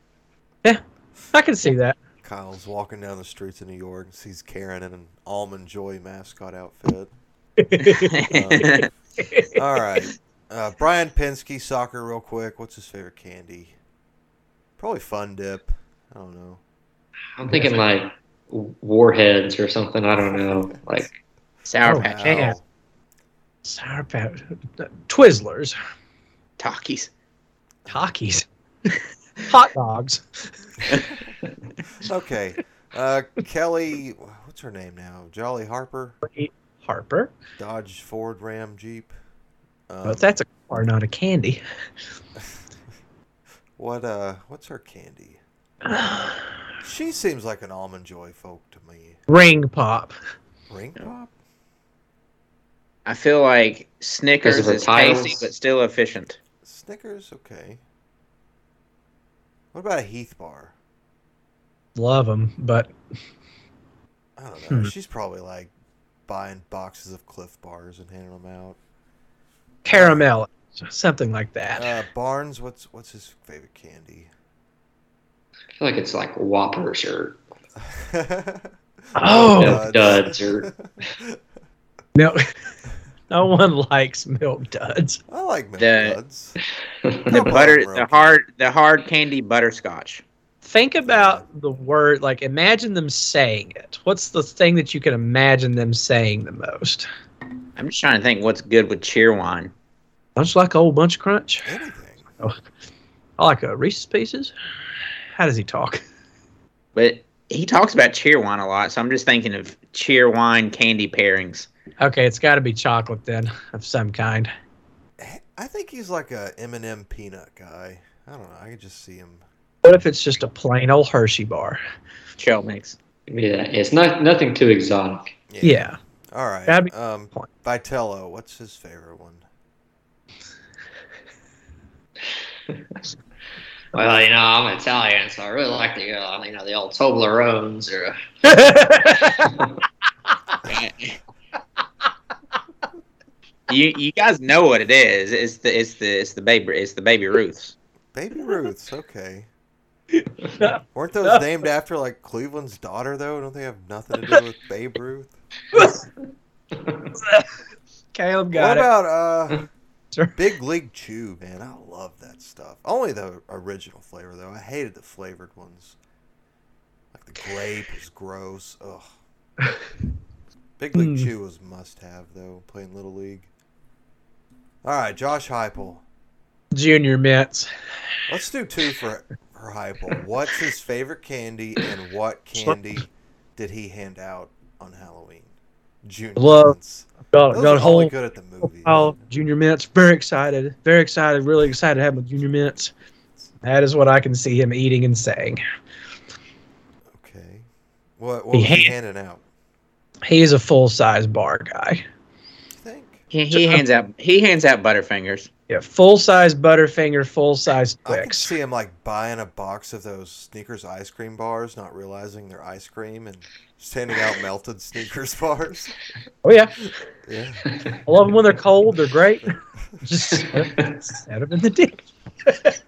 Speaker 1: I can see that.
Speaker 2: Kyle's walking down the streets of New York and sees Karen in an almond joy mascot outfit. All right. Uh, Brian Penske, soccer, real quick. What's his favorite candy? Probably Fun Dip. I don't know.
Speaker 4: I'm thinking like warheads or something. I don't know. Like
Speaker 3: Sour
Speaker 1: Oh,
Speaker 3: Patch
Speaker 1: man.
Speaker 2: Wow.
Speaker 1: Sour Patch, uh, Twizzlers,
Speaker 3: Takis.
Speaker 1: Takis, hot dogs.
Speaker 2: Okay. Uh, Kelly, what's her name now? Jolly Harper,
Speaker 1: Harper,
Speaker 2: Dodge Ford Ram Jeep. Um,
Speaker 1: but that's a car, not a candy.
Speaker 2: what? Uh, what's her candy? She seems like an almond joy folk to me.
Speaker 1: Ring pop.
Speaker 2: Ring pop.
Speaker 3: I feel like Snickers
Speaker 4: Because of the
Speaker 3: is tasty
Speaker 4: titles.
Speaker 3: but still efficient.
Speaker 2: Snickers, okay. What about a Heath bar?
Speaker 1: Love them, but
Speaker 2: I don't know.
Speaker 1: Hmm.
Speaker 2: She's probably like buying boxes of Cliff bars and handing them out.
Speaker 1: caramel, something like that.
Speaker 2: Uh, Barnes, what's what's his favorite candy?
Speaker 4: I feel like it's like whoppers or
Speaker 1: Oh.
Speaker 4: Milk duds or-
Speaker 1: No, no one likes milk duds.
Speaker 2: I like milk
Speaker 3: The-
Speaker 2: duds.
Speaker 3: The
Speaker 2: Couple of
Speaker 3: butter,
Speaker 2: them are
Speaker 3: the
Speaker 2: okay.
Speaker 3: hard, the hard candy butterscotch.
Speaker 1: Think about the word. Like, imagine them saying it. What's the thing that you can imagine them saying the most?
Speaker 3: I'm just trying to think what's good with cheerwine.
Speaker 1: Much like old Bunch Crunch.
Speaker 2: Anything.
Speaker 1: I like uh, Reese's Pieces. How does he talk?
Speaker 3: But he talks about cheerwine a lot, so I'm just thinking of cheerwine candy pairings.
Speaker 1: Okay, it's got to be chocolate then, of some kind.
Speaker 2: Eh, I think he's like a M&M peanut guy. I don't know. I could just see him.
Speaker 1: What if it's just a plain old Hershey bar?
Speaker 3: Trail mix.
Speaker 4: yeah, it's not nothing too exotic.
Speaker 1: Yeah.
Speaker 2: All right.
Speaker 1: That'd be-
Speaker 2: um, Vitello, what's his favorite one?
Speaker 4: Well, you know, I'm Italian, so I really like the uh, you know the old Toblerones or
Speaker 3: you you guys know what it is. It's the it's the it's the baby it's the baby Ruths.
Speaker 2: Baby Ruth's. Okay.
Speaker 1: No.
Speaker 2: Weren't those named after like Cleveland's daughter though? Don't they have nothing to do with Babe Ruth?
Speaker 1: Caleb got
Speaker 2: what
Speaker 1: it.
Speaker 2: about uh
Speaker 1: Sure.
Speaker 2: Big League Chew, man? I love that stuff. Only the original flavor though. I hated the flavored ones. Like the grape was gross. Ugh. Big League
Speaker 1: Hmm.
Speaker 2: Chew was must have though, playing Little League. All right, Josh Heupel.
Speaker 1: Junior Mints.
Speaker 2: Let's do two for for Heupel. What's his favorite candy, and what candy did he hand out on Halloween? Junior
Speaker 1: Love.
Speaker 2: Mints.
Speaker 1: Got,
Speaker 2: Those
Speaker 1: got
Speaker 2: are
Speaker 1: a
Speaker 2: only
Speaker 1: whole
Speaker 2: good at the movies.
Speaker 1: Oh, Junior Mints. Very excited. Very excited. Really excited to have him with Junior Mints. That is what I can see him eating and saying.
Speaker 2: Okay. What what
Speaker 1: He
Speaker 2: was he
Speaker 1: hand-
Speaker 2: handing out?
Speaker 1: He is a full size bar guy.
Speaker 2: You think?
Speaker 3: He, he hands out he hands out Butterfingers.
Speaker 1: Yeah, full size Butterfinger, full size
Speaker 2: I could
Speaker 1: Twix.
Speaker 2: see him like buying a box of those sneakers ice cream bars, not realizing they're ice cream, and just handing out melted sneakers bars.
Speaker 1: Oh yeah,
Speaker 2: Yeah.
Speaker 1: I love them when they're cold. They're great. Just set them in the dish.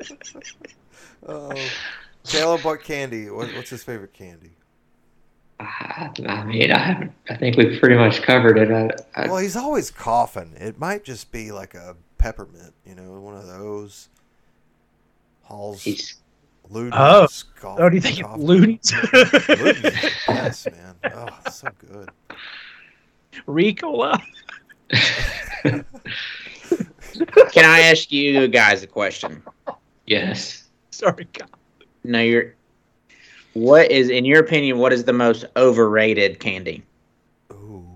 Speaker 2: Oh, Caleb, what candy? What, what's his favorite candy?
Speaker 4: I, I mean, I haven't. I think we've pretty much covered it. I, I,
Speaker 2: Well, he's always coughing. It might just be like a peppermint, you know, one of those. Hall's
Speaker 4: he's
Speaker 2: Luden's
Speaker 1: Oh.
Speaker 2: cough-
Speaker 1: Oh, do you think it's
Speaker 2: cough-
Speaker 1: loonies?
Speaker 2: Luden's, yes, man. Oh, it's so good.
Speaker 1: Ricola.
Speaker 3: Can I ask you guys a question?
Speaker 4: yes.
Speaker 1: Sorry, God.
Speaker 3: No, you're. What is, in your opinion, what is the most overrated candy?
Speaker 2: Ooh.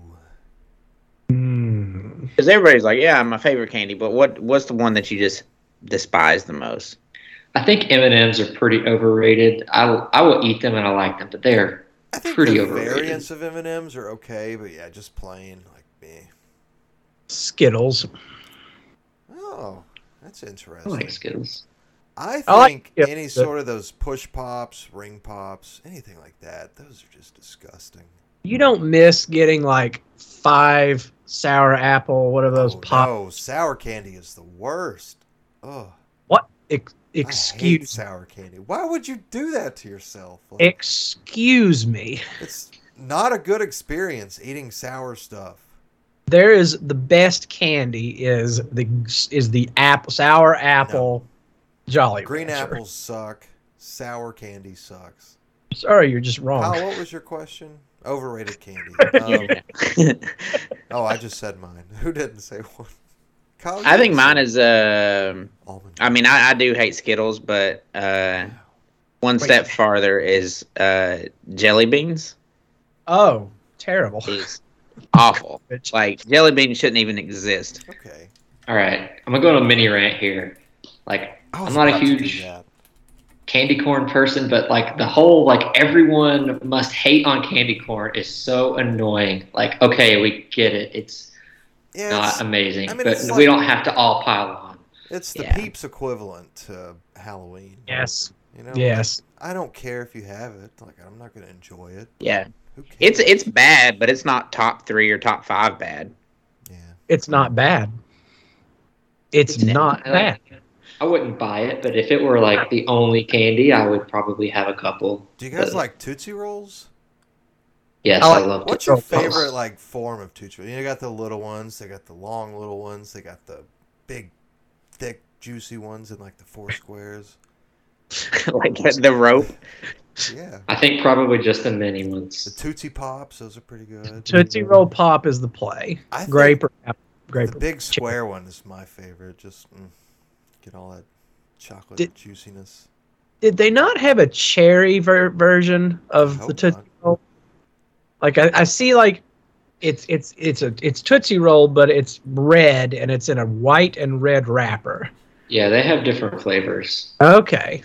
Speaker 1: Hmm.
Speaker 3: Because everybody's like, yeah, my favorite candy, but what what's the one that you just despise the most?
Speaker 4: I think M and M's are pretty overrated. I will- I will eat them and I like them, but they're
Speaker 2: I think
Speaker 4: Pretty
Speaker 2: the
Speaker 4: overrated.
Speaker 2: variants of M&Ms are okay, but yeah, just plain like me.
Speaker 1: Skittles.
Speaker 2: Oh, that's
Speaker 4: I
Speaker 2: interesting.
Speaker 4: like Skittles.
Speaker 2: I
Speaker 1: I like-
Speaker 2: think
Speaker 1: yeah,
Speaker 2: any
Speaker 1: but-
Speaker 2: sort of those push pops, ring pops, anything like that, those are just disgusting.
Speaker 1: You don't miss getting like five sour apple, one of those
Speaker 2: oh,
Speaker 1: pop.
Speaker 2: No, sour candy is the worst. Oh,
Speaker 1: What? Ex-
Speaker 2: I hate
Speaker 1: excuse.
Speaker 2: sour candy. Why would you do that to yourself? Like,
Speaker 1: Excuse me.
Speaker 2: it's not a good experience eating sour stuff.
Speaker 1: There is the best candy is the is the apple sour apple jolly
Speaker 2: Green
Speaker 1: Rancher.
Speaker 2: apples suck. Sour candy sucks.
Speaker 1: Sorry, you're just wrong.
Speaker 2: Kyle, what was your question? Overrated candy. Um, oh, I just said mine. Who didn't say one? Kyle,
Speaker 3: I
Speaker 2: you
Speaker 3: think
Speaker 2: said
Speaker 3: mine is, um
Speaker 2: almond.
Speaker 3: I mean, I, I do hate Skittles, but uh, one
Speaker 1: Wait.
Speaker 3: step farther is uh, jelly beans.
Speaker 1: Oh, terrible.
Speaker 3: Is awful.
Speaker 1: Bitch.
Speaker 3: Like jelly beans shouldn't even exist.
Speaker 2: Okay.
Speaker 4: All right, I'm gonna go on a mini rant here. Like
Speaker 2: I was
Speaker 4: I'm not a
Speaker 2: about to Oh, do
Speaker 4: huge-
Speaker 2: that.
Speaker 4: candy corn person, but like the whole like everyone must hate on candy corn is so annoying. Like, okay, we get it. It's
Speaker 2: Yeah,
Speaker 4: not
Speaker 2: it's-
Speaker 4: amazing,
Speaker 2: I mean,
Speaker 4: but
Speaker 2: it's
Speaker 4: we
Speaker 2: like-
Speaker 4: don't have to all pile on.
Speaker 2: It's the
Speaker 3: Yeah.
Speaker 2: peeps equivalent to Halloween.
Speaker 1: Yes.
Speaker 2: You know?
Speaker 1: Yes.
Speaker 2: I don't care if you have it. Like I'm not gonna enjoy it.
Speaker 3: Yeah,
Speaker 2: Who cares?
Speaker 3: it's it's bad, but it's not top three or top five bad.
Speaker 2: yeah.
Speaker 1: It's not bad. It's,
Speaker 3: It's
Speaker 1: not
Speaker 4: I,
Speaker 1: bad.
Speaker 4: like- I wouldn't buy it, but if it were like the only candy, I would probably have a couple.
Speaker 2: Do you guys
Speaker 4: But-
Speaker 2: like Tootsie Rolls?
Speaker 4: Yes,
Speaker 1: I
Speaker 2: Oh,
Speaker 4: I
Speaker 1: like-
Speaker 4: love
Speaker 2: What's your
Speaker 1: Tootsie Rolls.
Speaker 2: favorite like form of Tootsie Rolls? You know, you got the little ones, they got the long little ones, they got the big, thick, juicy ones in like the four squares.
Speaker 3: like the rope.
Speaker 2: Yeah.
Speaker 4: I think probably just the mini
Speaker 2: The
Speaker 4: ones.
Speaker 2: Tootsie Pops, those are pretty good.
Speaker 1: Tootsie Roll Pop is the play.
Speaker 2: I think
Speaker 1: Grape or apple. Grape.
Speaker 2: the
Speaker 1: or-
Speaker 2: big square one is my favorite. Just mm, get all that chocolate
Speaker 1: Did-
Speaker 2: juiciness.
Speaker 1: Did they not have a cherry ver- version
Speaker 2: I
Speaker 1: of the
Speaker 2: hope
Speaker 1: Tootsie?
Speaker 2: not.
Speaker 1: Like I, I see, like it's it's it's a it's Tootsie Roll, but it's red and it's in a white and red wrapper.
Speaker 4: Yeah, they have different flavors.
Speaker 1: Okay.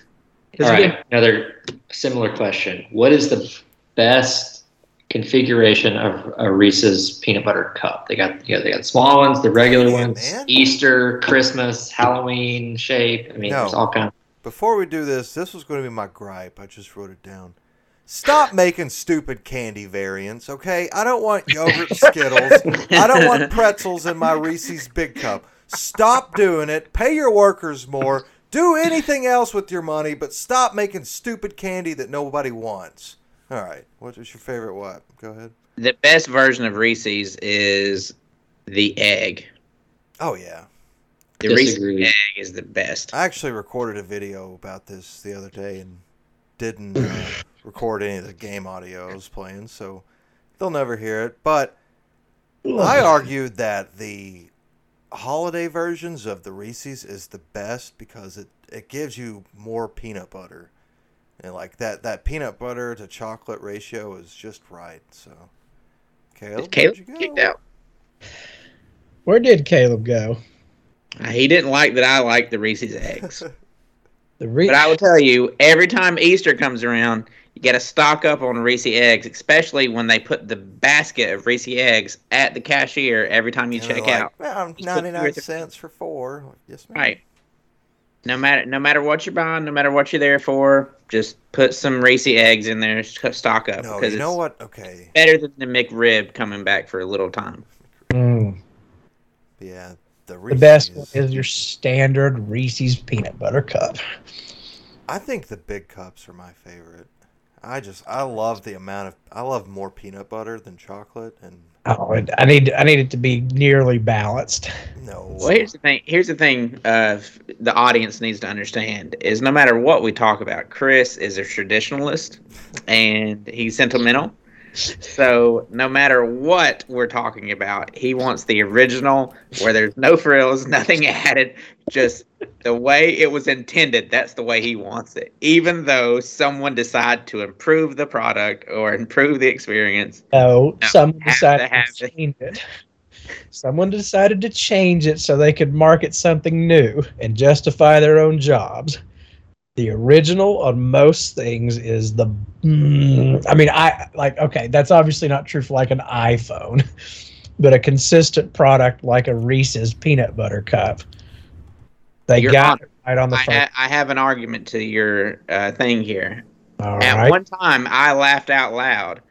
Speaker 1: 'Cause
Speaker 4: All right,
Speaker 1: again,
Speaker 4: another similar question. What is the best configuration of a Reese's peanut butter cup? They got you know, they got small ones, the regular
Speaker 2: Yeah,
Speaker 4: ones,
Speaker 2: man.
Speaker 4: Easter, Christmas, Halloween shape. I mean,
Speaker 2: No.
Speaker 4: there's all kinds.
Speaker 2: Before we do this, this was going to be my gripe. I just wrote it down. Stop making stupid candy variants, okay? I don't want yogurt Skittles. I don't want pretzels in my Reese's Big Cup. Stop doing it. Pay your workers more. Do anything else with your money, but stop making stupid candy that nobody wants. All right. What is your favorite what? Go ahead.
Speaker 3: The best version of Reese's is the egg.
Speaker 2: Oh, yeah.
Speaker 3: The
Speaker 4: Disagree.
Speaker 3: Reese's egg is the best.
Speaker 2: I actually recorded a video about this the other day and didn't uh, record any of the game audio I was playing, so they'll never hear it. But I argued that the holiday versions of the Reese's is the best because it, it gives you more peanut butter. And like that, that peanut butter to chocolate ratio is just right. So, Caleb,
Speaker 3: Caleb
Speaker 2: where'd you
Speaker 3: kicked
Speaker 2: go?
Speaker 3: out.
Speaker 1: Where did Caleb go?
Speaker 3: He didn't like that I liked the Reese's eggs.
Speaker 1: The re-
Speaker 3: But I will tell you, every time Easter comes around, you got to stock up on Reese eggs, especially when they put the basket of Reese eggs at the cashier every time you
Speaker 2: And they're
Speaker 3: check
Speaker 2: like,
Speaker 3: out.
Speaker 2: "Well, I'm
Speaker 3: Just put two or
Speaker 2: 99
Speaker 3: three-
Speaker 2: cents for four. Like, Yes, ma'am.
Speaker 3: Right. No matter no matter what you're buying, no matter what you're there for, just put some Reese eggs in there, st- stock up
Speaker 2: No,
Speaker 3: because
Speaker 2: you know what?
Speaker 3: it's
Speaker 2: Okay.
Speaker 3: better than the McRib coming back for a little time.
Speaker 1: Mm.
Speaker 2: Yeah. The,
Speaker 1: The
Speaker 2: Reese's
Speaker 1: best one is your standard Reese's peanut butter cup.
Speaker 2: I think the big cups are my favorite. I just I love the amount of I love more peanut butter than chocolate and
Speaker 1: Oh, and I need I need it to be nearly balanced.
Speaker 2: no.
Speaker 3: Well, here's the thing. Here's the thing. Uh, f- the audience needs to understand is no matter what we talk about, Chris is a traditionalist, and he's sentimental. So no matter what we're talking about, he wants the original, where there's no frills, nothing added, just the way it was intended. That's the way he wants it. Even though someone decide to improve the product or improve the experience,
Speaker 1: No,
Speaker 3: No,
Speaker 1: someone
Speaker 3: have to
Speaker 1: decided to,
Speaker 3: have it.
Speaker 1: change it. Someone decided to change it so they could market something new and justify their own jobs. The original on most things is the. Mm, I mean, I like okay. That's obviously not true for like an iPhone, but a consistent product like a Reese's peanut butter cup. They
Speaker 3: Your
Speaker 1: got it right on the
Speaker 3: I,
Speaker 1: phone.
Speaker 3: ha- I have an argument to your uh, thing here.
Speaker 1: All
Speaker 3: At
Speaker 1: right.
Speaker 3: one time, I laughed out loud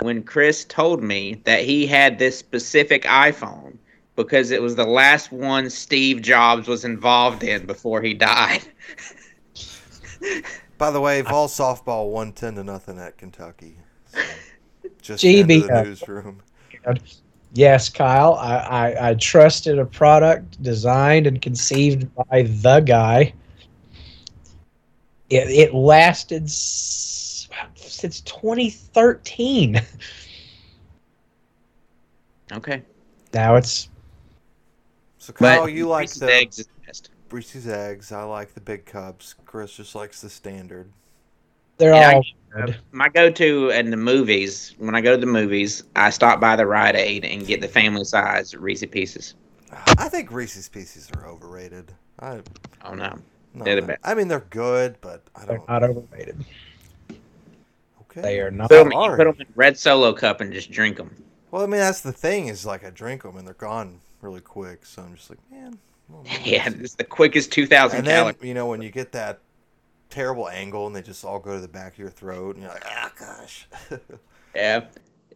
Speaker 3: when Chris told me that he had this specific iPhone because it was the last one Steve Jobs was involved in before he died.
Speaker 2: By the way, Vol softball won ten to nothing at Kentucky. So, just into the
Speaker 1: GBO.
Speaker 2: newsroom.
Speaker 1: Yes, Kyle. I, I, I trusted a product designed and conceived by the guy. It, it lasted s- since 2013.
Speaker 3: Okay.
Speaker 1: Now it's
Speaker 2: So Kyle,
Speaker 3: But
Speaker 2: Oh, you like
Speaker 3: Reese's
Speaker 2: the
Speaker 3: eggs is best.
Speaker 2: Reese's eggs. I like the big cups. Chris just likes the standard.
Speaker 1: they're
Speaker 3: Yeah, I-
Speaker 1: all
Speaker 3: Uh, my go-to in the movies. When I go to the movies, I stop by the Rite Aid and get the family size Reese's Pieces.
Speaker 2: I think Reese's Pieces are overrated. I
Speaker 3: Oh no,
Speaker 2: no,
Speaker 3: They're the best.
Speaker 2: I mean they're good, but I
Speaker 1: they're
Speaker 2: don't.
Speaker 1: not overrated.
Speaker 2: okay.
Speaker 1: They are not.
Speaker 3: put them,
Speaker 2: Sorry.
Speaker 3: put 'em in a red Solo cup and just drink them.
Speaker 2: Well, I mean that's the thing is like I drink them and they're gone really quick. So I'm just like, man. well,
Speaker 3: Yeah, it's the quickest two thousand
Speaker 2: and then
Speaker 3: calories.
Speaker 2: you know when you get that terrible angle and they just all go to the back of your throat and you're like ah gosh
Speaker 3: Yeah,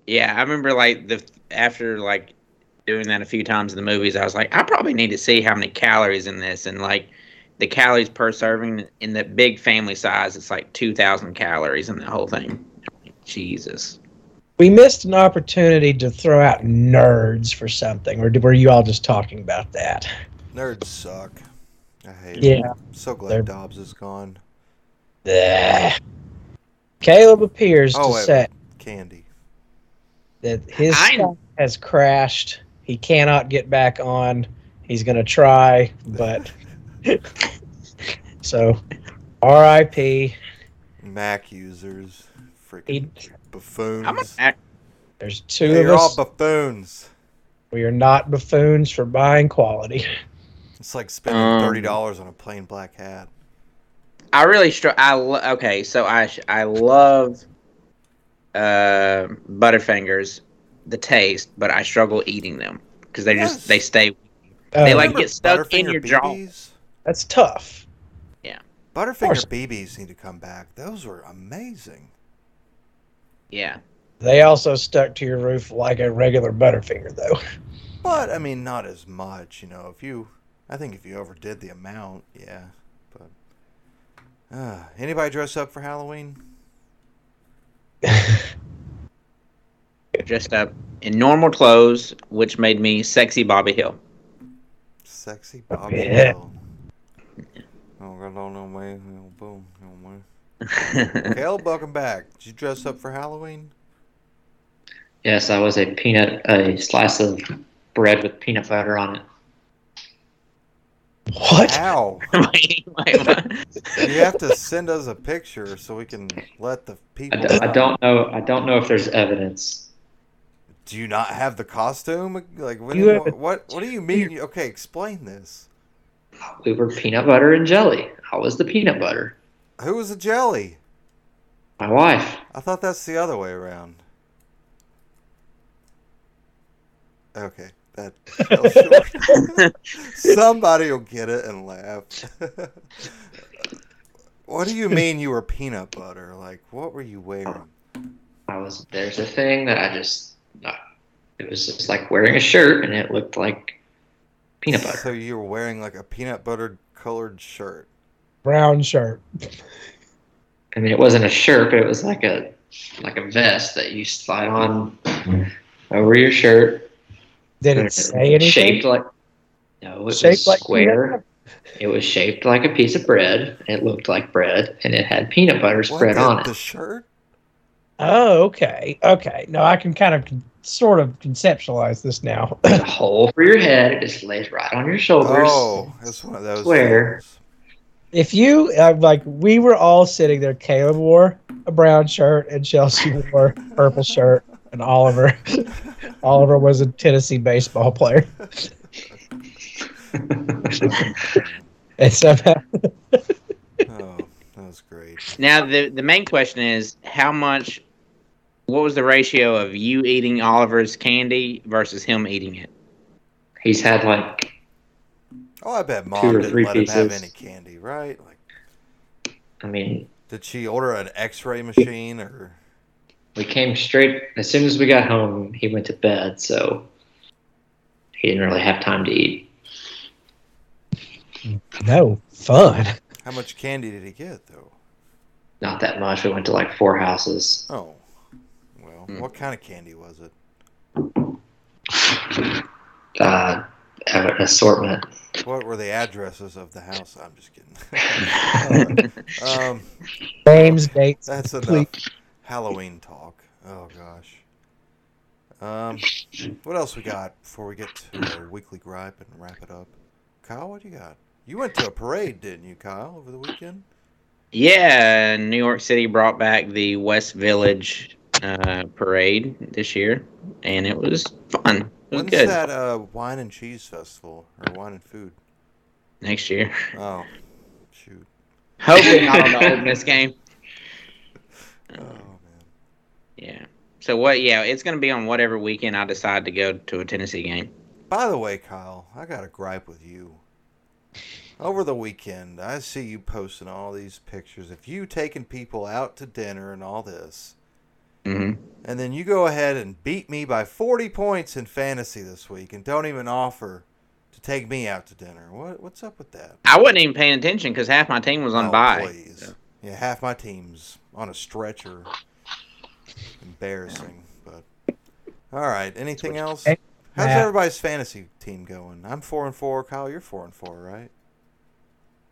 Speaker 3: yeah. I remember like the after like doing that a few times in the movies, I was like, I probably need to see how many calories in this, and like the calories per serving in the big family size, it's like two thousand calories in the whole thing. Jesus.
Speaker 1: We missed an opportunity to throw out nerds for something, or were you all just talking about that?
Speaker 2: nerds suck i hate it
Speaker 1: Yeah.
Speaker 2: so glad
Speaker 1: They're-
Speaker 2: dobbs is gone
Speaker 1: Bleh. Caleb appears
Speaker 2: Oh,
Speaker 1: to
Speaker 2: wait.
Speaker 1: say
Speaker 2: candy
Speaker 1: that his
Speaker 3: I-
Speaker 1: stock has crashed. He cannot get back on. He's going to try, but so RIP.
Speaker 2: mac users freaking
Speaker 1: He-
Speaker 2: buffoons
Speaker 3: I'm a Mac.
Speaker 1: There's two
Speaker 2: Hey,
Speaker 1: of
Speaker 2: you're all
Speaker 1: us.
Speaker 2: buffoons
Speaker 1: we are not buffoons for buying quality.
Speaker 2: it's like spending
Speaker 3: Um,
Speaker 2: thirty dollars on a plain black hat
Speaker 3: I really str- I lo- okay. So I sh- I love uh, Butterfingers, the taste, but I struggle eating them because they
Speaker 2: Yes.
Speaker 3: just they stay.
Speaker 1: Oh,
Speaker 3: They like
Speaker 2: Remember
Speaker 3: get stuck in
Speaker 2: Butterfinger
Speaker 3: your jaw.
Speaker 2: BBs?
Speaker 1: that's tough. course.
Speaker 2: butterfinger bb's need to come back those were amazing
Speaker 3: Yeah.
Speaker 1: They also stuck to your roof like a regular Butterfinger, though.
Speaker 2: But I mean, not as much, you know. If you, I think if you overdid the amount, yeah. But uh, anybody dress up for Halloween?
Speaker 3: dressed up in normal clothes, which made me sexy Bobby Hill.
Speaker 2: Sexy Bobby
Speaker 1: yeah.
Speaker 2: Hill. Oh, I don't know, man. Oh, Boom, oh, man. Caleb, welcome back. Did you dress up for Halloween?
Speaker 4: Yes, I was a peanut, a slice of bread with peanut butter on it.
Speaker 1: What?
Speaker 2: Ow.
Speaker 3: Wait, wait, what?
Speaker 2: You have to send us a picture so we can let the
Speaker 4: I,
Speaker 2: people.
Speaker 4: d- I don't know. I don't know if there's evidence.
Speaker 2: Do you not have the costume? Like, when,
Speaker 1: You have a-
Speaker 2: what, what? What do you mean? You- Okay, explain this.
Speaker 4: We were peanut butter and jelly. I was the peanut butter.
Speaker 2: Who was the jelly?
Speaker 4: My wife.
Speaker 2: I thought that's the other way around. Okay, that fell short. Somebody will get it and laugh. what do you mean you were peanut butter? Like, what were you wearing?
Speaker 4: I was. There's a thing that I just. No, it was just like wearing a shirt, and it looked like peanut butter.
Speaker 2: So you were wearing like a peanut butter colored shirt.
Speaker 1: Brown shirt.
Speaker 4: I mean, it wasn't a shirt, but it was like a like a vest that you slide on over your shirt,
Speaker 1: Did it say anything?
Speaker 4: Shaped like no, it
Speaker 1: Shaped
Speaker 4: was
Speaker 1: like
Speaker 4: square. It was shaped like a piece of bread. It looked like bread, and it had peanut butter
Speaker 2: What
Speaker 4: spread
Speaker 2: the,
Speaker 4: on
Speaker 2: the
Speaker 4: it.
Speaker 2: shirt?
Speaker 1: Oh, okay. Okay. No, I can kind of sort of conceptualize this now.
Speaker 4: There's a hole for your head. It just lays right on your shoulders.
Speaker 2: Oh, it's one of those.
Speaker 4: Square.
Speaker 2: things.
Speaker 1: if you uh, like we were all sitting there caleb wore a brown shirt and chelsea wore a purple shirt and oliver oliver was a tennessee baseball player and somehow
Speaker 2: Oh, that was great.
Speaker 3: Now the the main question is how much what was the ratio of you eating Oliver's candy versus him eating it?
Speaker 4: He's had like
Speaker 2: Oh, I bet mom
Speaker 4: or
Speaker 2: didn't
Speaker 4: three
Speaker 2: let him have
Speaker 4: pieces.
Speaker 2: any candy, right? Like,
Speaker 4: I mean,
Speaker 2: did she order an X-ray machine or?
Speaker 4: we came straight as soon as we got home. He went to bed, so he didn't really have time to eat.
Speaker 1: no fun
Speaker 2: How much candy did he get though?
Speaker 4: Not that much. We went to like four houses.
Speaker 2: Oh, well,
Speaker 3: Hmm.
Speaker 2: what kind of candy was it?
Speaker 4: Uh, an assortment.
Speaker 2: What were the addresses of the house? I'm just kidding. um,
Speaker 1: names dates
Speaker 2: that's enough
Speaker 1: Please.
Speaker 2: Halloween talk. Oh gosh. Um, what else we got before we get to our weekly gripe and wrap it up? Kyle, what do you got? You went to a parade, didn't you, Kyle, over the weekend?
Speaker 3: Yeah, New York City brought back the West Village uh, parade this year, and it was fun. It was
Speaker 2: When's
Speaker 3: good.
Speaker 2: that uh, wine and cheese festival or wine and food?
Speaker 3: Next year,
Speaker 2: Oh, shoot.
Speaker 3: hopefully not on the Ole Miss game.
Speaker 2: Oh man.
Speaker 3: Yeah. So what? Yeah, it's gonna be on whatever weekend I decide to go to a Tennessee game.
Speaker 2: By the way, Kyle, I got a gripe with you. Over the weekend, I see you posting all these pictures of you taking people out to dinner and all this.
Speaker 3: hmm
Speaker 2: And then you go ahead and beat me by 40 points in fantasy this week and don't even offer to take me out to dinner. What what's up with that?
Speaker 3: I wasn't even paying attention because half my team was on
Speaker 2: Oh,
Speaker 3: bye.
Speaker 2: please. Yeah, half my team's on a stretcher. Embarrassing, but all right. Anything else?
Speaker 1: Hey,
Speaker 2: How's
Speaker 1: Matt.
Speaker 2: everybody's fantasy team going? I'm four and four. Kyle, you're four and four, right?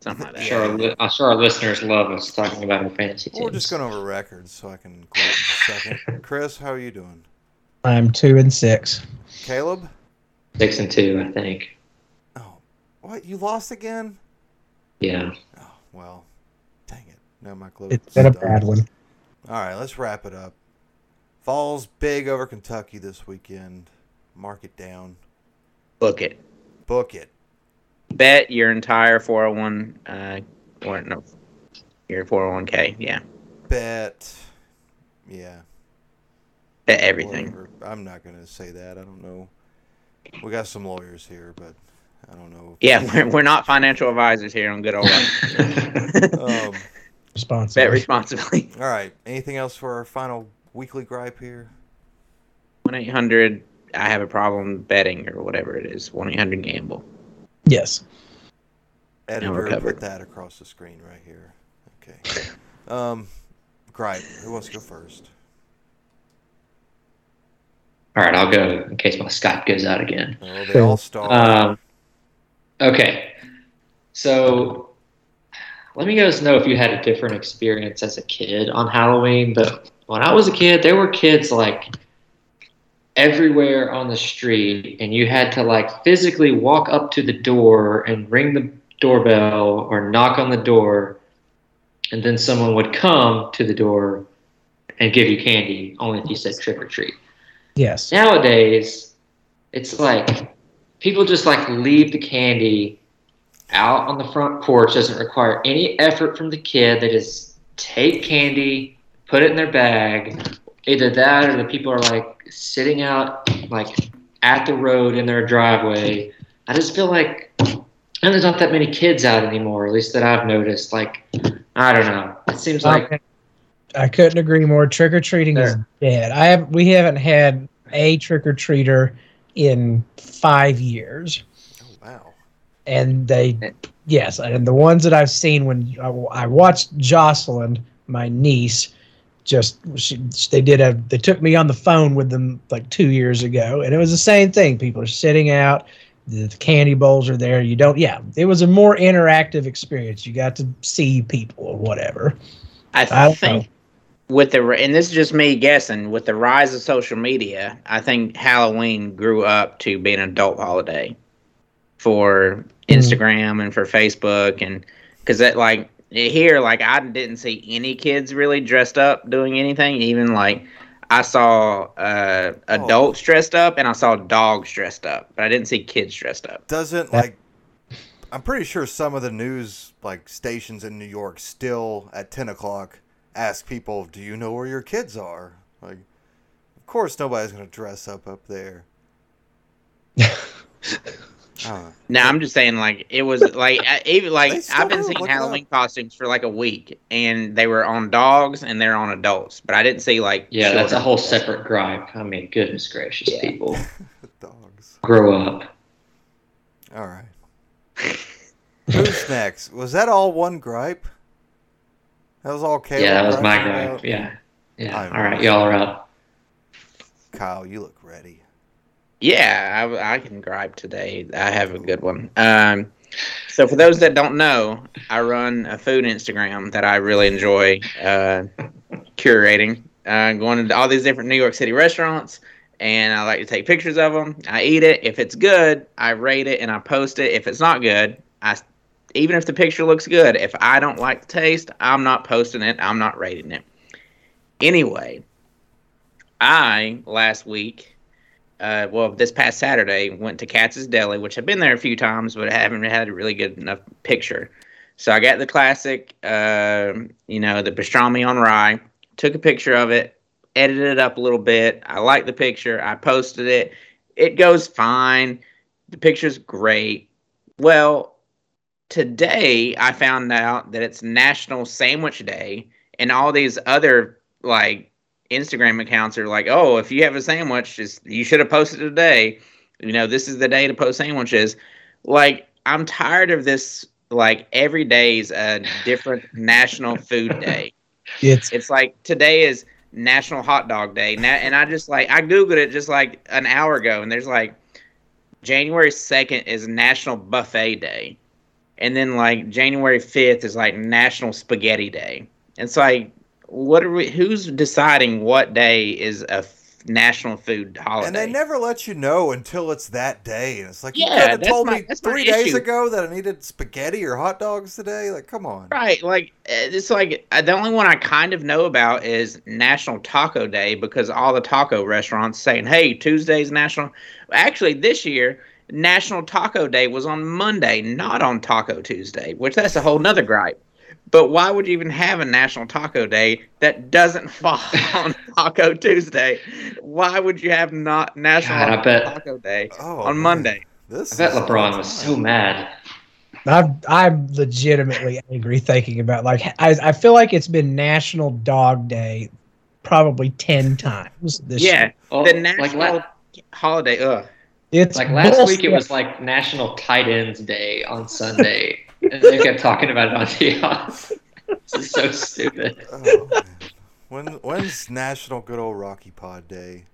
Speaker 3: Something like
Speaker 4: I'm
Speaker 3: that.
Speaker 4: sure, our li- I'm sure our listeners love us talking about our fantasy teams.
Speaker 2: We're just going over records so I can quit in a second. Chris, how are you doing?
Speaker 1: i'm two and six
Speaker 2: Caleb?
Speaker 4: six and two, I think.
Speaker 2: Oh, what? You lost again?
Speaker 4: Yeah,
Speaker 2: Oh, well, dang it. Now my clothes.
Speaker 1: it's been a
Speaker 2: stuck.
Speaker 1: bad one
Speaker 2: All right, let's wrap it up. Falls big over Kentucky this weekend. Mark it down.
Speaker 3: Book it.
Speaker 2: Book it.
Speaker 3: bet your entire 401 uh or no your 401k yeah
Speaker 2: bet. Yeah.
Speaker 3: bet everything
Speaker 2: whatever. I'm not going to say that. I don't know. We got some lawyers here, but I don't know.
Speaker 3: yeah we're, we're not financial advisors here on good old
Speaker 2: um,
Speaker 3: bet
Speaker 1: responsible
Speaker 3: responsibly
Speaker 2: all right. Anything else for our final weekly gripe here?
Speaker 3: 1-800 i have a problem betting or whatever it is 1-800 gamble
Speaker 1: yes
Speaker 2: Editor, put
Speaker 3: covered.
Speaker 2: that across the screen right here. Okay. Um, gripe. Who wants to go first?
Speaker 4: All right, I'll go in case my Skype goes out again.
Speaker 2: Oh, they all stall.
Speaker 3: Uh,
Speaker 4: Um, okay, so let me guys know if you had a different experience as a kid on Halloween. But when I was a kid, there were kids like everywhere on the street, and you had to like physically walk up to the door and ring the doorbell or knock on the door, and then someone would come to the door and give you candy, only if you said trick or treat.
Speaker 1: Yes.
Speaker 4: Nowadays, it's like people just like leave the candy out on the front porch. Doesn't require any effort from the kid. They just take candy, put it in their bag. Either that, or the people are like sitting out like at the road in their driveway. I just feel like and there's not that many kids out anymore, at least that I've noticed. Like, I don't know. It seems like
Speaker 1: Um, I couldn't agree more. Trick or treating is dead. I have we haven't had a trick or treater in five years,
Speaker 2: Oh wow.
Speaker 1: and they yes, and the ones that I've seen when I, I watched Jocelyn, my niece, just she, they did a they took me on the phone with them like two years ago, and it was the same thing. People are sitting out. The candy bowls are there. You don't, yeah. It was a more interactive experience. You got to see people or whatever. I
Speaker 3: I
Speaker 1: don't
Speaker 3: think with the ri- and this is just me guessing with the rise of social media, I think Halloween grew up to be an adult holiday for
Speaker 1: Mm.
Speaker 3: Instagram and for Facebook and because that like here like I didn't see any kids really dressed up doing anything even like. I saw uh, adults dressed up and I saw dogs dressed up, but I didn't see kids dressed up.
Speaker 2: Doesn't
Speaker 1: Yeah.
Speaker 2: like I'm pretty sure some of the news like stations in New York still at ten o'clock ask people, Do you know where your kids are? Like of course nobody's gonna dress up up there. Uh,
Speaker 3: No, I'm just saying, like it was like I, even
Speaker 2: They
Speaker 3: like
Speaker 2: still
Speaker 3: I've been
Speaker 2: do,
Speaker 3: seeing
Speaker 2: look it up.
Speaker 3: Halloween costumes for like a week, and they were on dogs and they're on adults, but I didn't see like
Speaker 4: yeah, that's a
Speaker 3: children.
Speaker 4: whole separate gripe. I mean, goodness gracious, people
Speaker 2: dogs.
Speaker 4: grow up.
Speaker 2: All right. Who's next? Was that all one gripe? That was all Caleb.
Speaker 4: yeah, that was my
Speaker 2: griping
Speaker 4: gripe.
Speaker 2: about?
Speaker 4: Yeah, yeah.
Speaker 2: I-
Speaker 4: All right, y'all are up.
Speaker 2: Kyle, you look ready.
Speaker 3: Yeah, I, I can gripe today. I have a good one. Um, so for those that don't know, I run a food Instagram that I really enjoy uh, curating. Uh, going to all these different New York City restaurants, and I like to take pictures of them. I eat it. If it's good, I rate it and I post it. If it's not good, I even if the picture looks good, if I don't like the taste, I'm not posting it. I'm not rating it. Anyway, I last week uh, well, this past Saturday, went to Katz's Deli, which I've been there a few times, but I haven't had a really good enough picture. So I got the classic, uh, you know, the pastrami on rye, took a picture of it, edited it up a little bit. I like the picture. I posted it. It goes fine. The picture's great. Well, today I found out that it's National Sandwich Day, and all these other, like, Instagram accounts are like, oh, if you have a sandwich, just you should have posted it today. You know, this is the day to post sandwiches. Like, I'm tired of this. Like every day's a different national food day.
Speaker 1: It's
Speaker 3: It's like today is National Hot Dog Day, na- and I just like I googled it just like an hour ago, and there's like January second is National Buffet Day, and then like January fifth is like National Spaghetti Day. It's like what are we? Who's deciding what day is a f- national food holiday?
Speaker 2: And they never let you know until it's that day. And it's like,
Speaker 3: Yeah,
Speaker 2: you could have
Speaker 3: that's
Speaker 2: told
Speaker 3: my-
Speaker 2: me
Speaker 3: that's my
Speaker 2: three days
Speaker 3: issue.
Speaker 2: ago that I needed spaghetti or hot dogs today. Like, come on.
Speaker 3: Right, like uh, it's like uh, the only one I kind of know about is National Taco Day because all the taco restaurants saying, "Hey, Tuesday's National." Actually, this year National Taco Day was on Monday, not on Taco Tuesday, which that's a whole nother gripe. But why would you even have a National Taco Day that doesn't fall on Taco Tuesday? Why would you have not National
Speaker 4: God, I bet
Speaker 3: Taco Day
Speaker 2: Oh,
Speaker 3: on
Speaker 2: man.
Speaker 3: Monday?
Speaker 2: This
Speaker 4: I bet
Speaker 2: is all
Speaker 4: LeBron
Speaker 2: the
Speaker 4: was
Speaker 2: time.
Speaker 4: so mad.
Speaker 1: I'm I'm legitimately angry thinking about like I I feel like it's been National Dog Day probably ten times this
Speaker 3: Yeah,
Speaker 1: year.
Speaker 4: Oh,
Speaker 3: the national
Speaker 4: like, la-
Speaker 3: holiday. Ugh.
Speaker 1: It's
Speaker 4: like last
Speaker 1: bull-
Speaker 4: week, it was like National Tight Ends Day on Sunday, and they kept talking about it on the office. This is so stupid.
Speaker 2: Oh, man. when, when's National Good Old Rocky Pod Day?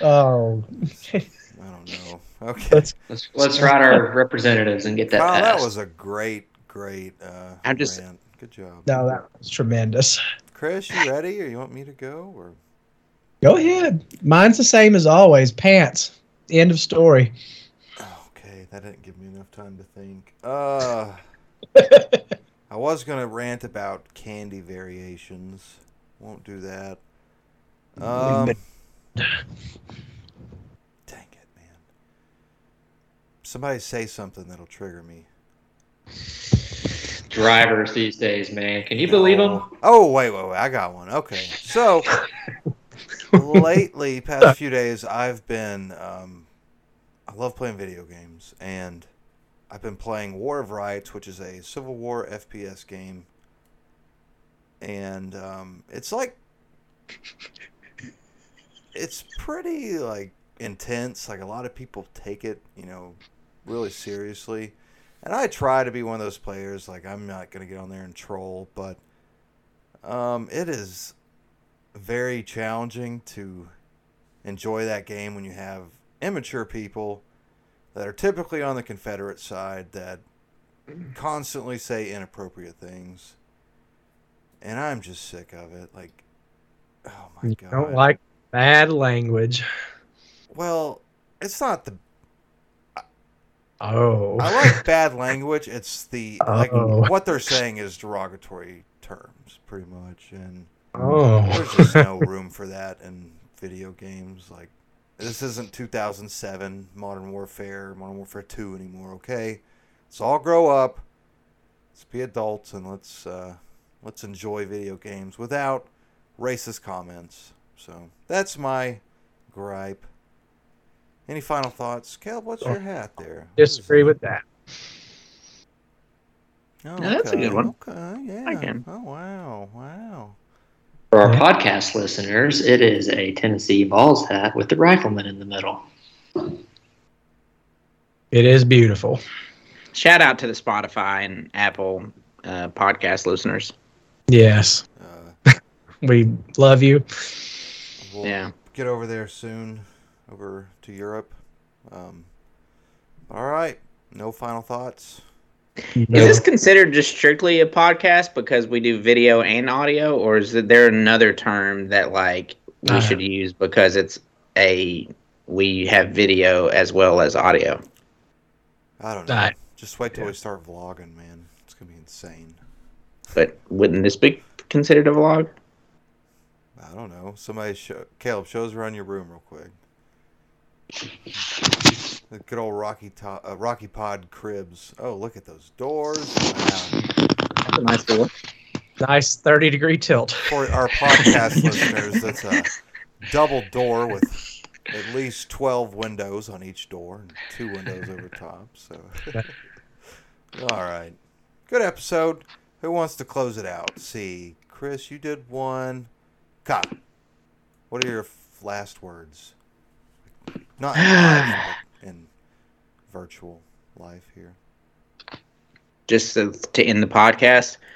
Speaker 1: oh
Speaker 2: I don't know. Okay.
Speaker 1: let's
Speaker 4: Let's let's write our representatives and get that
Speaker 2: Kyle, that
Speaker 4: passed.
Speaker 2: was a great, great uh,
Speaker 3: I'm just-
Speaker 2: rant. Good job.
Speaker 1: no that was tremendous.
Speaker 2: Chris, you ready or you want me to go? Or
Speaker 1: Go ahead. Mine's the same as always. Pants. End of story.
Speaker 2: Okay, That didn't give me enough time to think. Uh, I was gonna rant about candy variations. Won't do that. Um, dang it, man! Somebody say something that'll trigger me.
Speaker 4: Drivers these days, man. Can you believe them?
Speaker 2: No. Oh wait, wait, wait! I got one. Okay, so lately, past few days, I've been. Um, I love playing video games, and I've been playing War of Rights, which is a Civil War FPS game, and um, it's like it's pretty like intense. Like a lot of people take it, you know, really seriously. And I try to be one of those players. Like I'm not gonna get on there and troll, but um, it is very challenging to enjoy that game when you have immature people that are typically on the Confederate side that constantly say inappropriate things. And I'm just sick of it. Like, oh my
Speaker 1: You
Speaker 2: god.
Speaker 1: don't like bad language.
Speaker 2: well, it's not the.
Speaker 1: Oh.
Speaker 2: I like bad language. It's the like
Speaker 1: Oh.
Speaker 2: what they're saying is derogatory terms, pretty much, and there's
Speaker 1: oh.
Speaker 2: just no room for that in video games. Like, this isn't 2007 Modern Warfare, Modern Warfare 2 anymore. Okay, let's all grow up. Let's be adults and let's uh, let's enjoy video games without racist comments. So that's my gripe. Any final thoughts, Caleb? What's your hat there? What is
Speaker 1: Disagree
Speaker 2: that?
Speaker 1: with that.
Speaker 2: Oh,
Speaker 3: No, that's a good
Speaker 2: okay,
Speaker 3: one.
Speaker 2: Okay, yeah.
Speaker 3: can.
Speaker 2: Oh wow, wow.
Speaker 4: For our podcast listeners, it is a Tennessee Vols hat with the rifleman in the middle.
Speaker 1: It is beautiful.
Speaker 3: Shout out to the Spotify and Apple uh, podcast listeners.
Speaker 1: Yes.
Speaker 2: Uh,
Speaker 1: We love you.
Speaker 2: we'll
Speaker 3: Yeah.
Speaker 2: get over there soon, over to Europe. Um, all right. No final thoughts.
Speaker 3: Is this considered just strictly a podcast because we do video and audio, or is there another term that like we
Speaker 1: Uh.
Speaker 3: should use because it's a we have video as well as audio?
Speaker 2: I don't know.
Speaker 1: All right.
Speaker 2: Just wait till
Speaker 1: Yeah.
Speaker 2: we start vlogging, man. It's gonna be insane.
Speaker 3: But wouldn't this be considered a vlog?
Speaker 2: I don't know. Somebody, show, Caleb, show us around your room real quick. The good old Rocky to- uh, Rocky Pod cribs. Oh, look at those doors! Wow.
Speaker 3: That's a nice little.
Speaker 1: Nice 30 degree tilt.
Speaker 2: For our podcast listeners, that's a double door with at least twelve windows on each door and two windows over top. So, all right, good episode. Who wants to close it out? Let's see, Chris, you did one. Cop, what are your f- last words? Not in, life, but in virtual life here.
Speaker 3: just to, to end the podcast,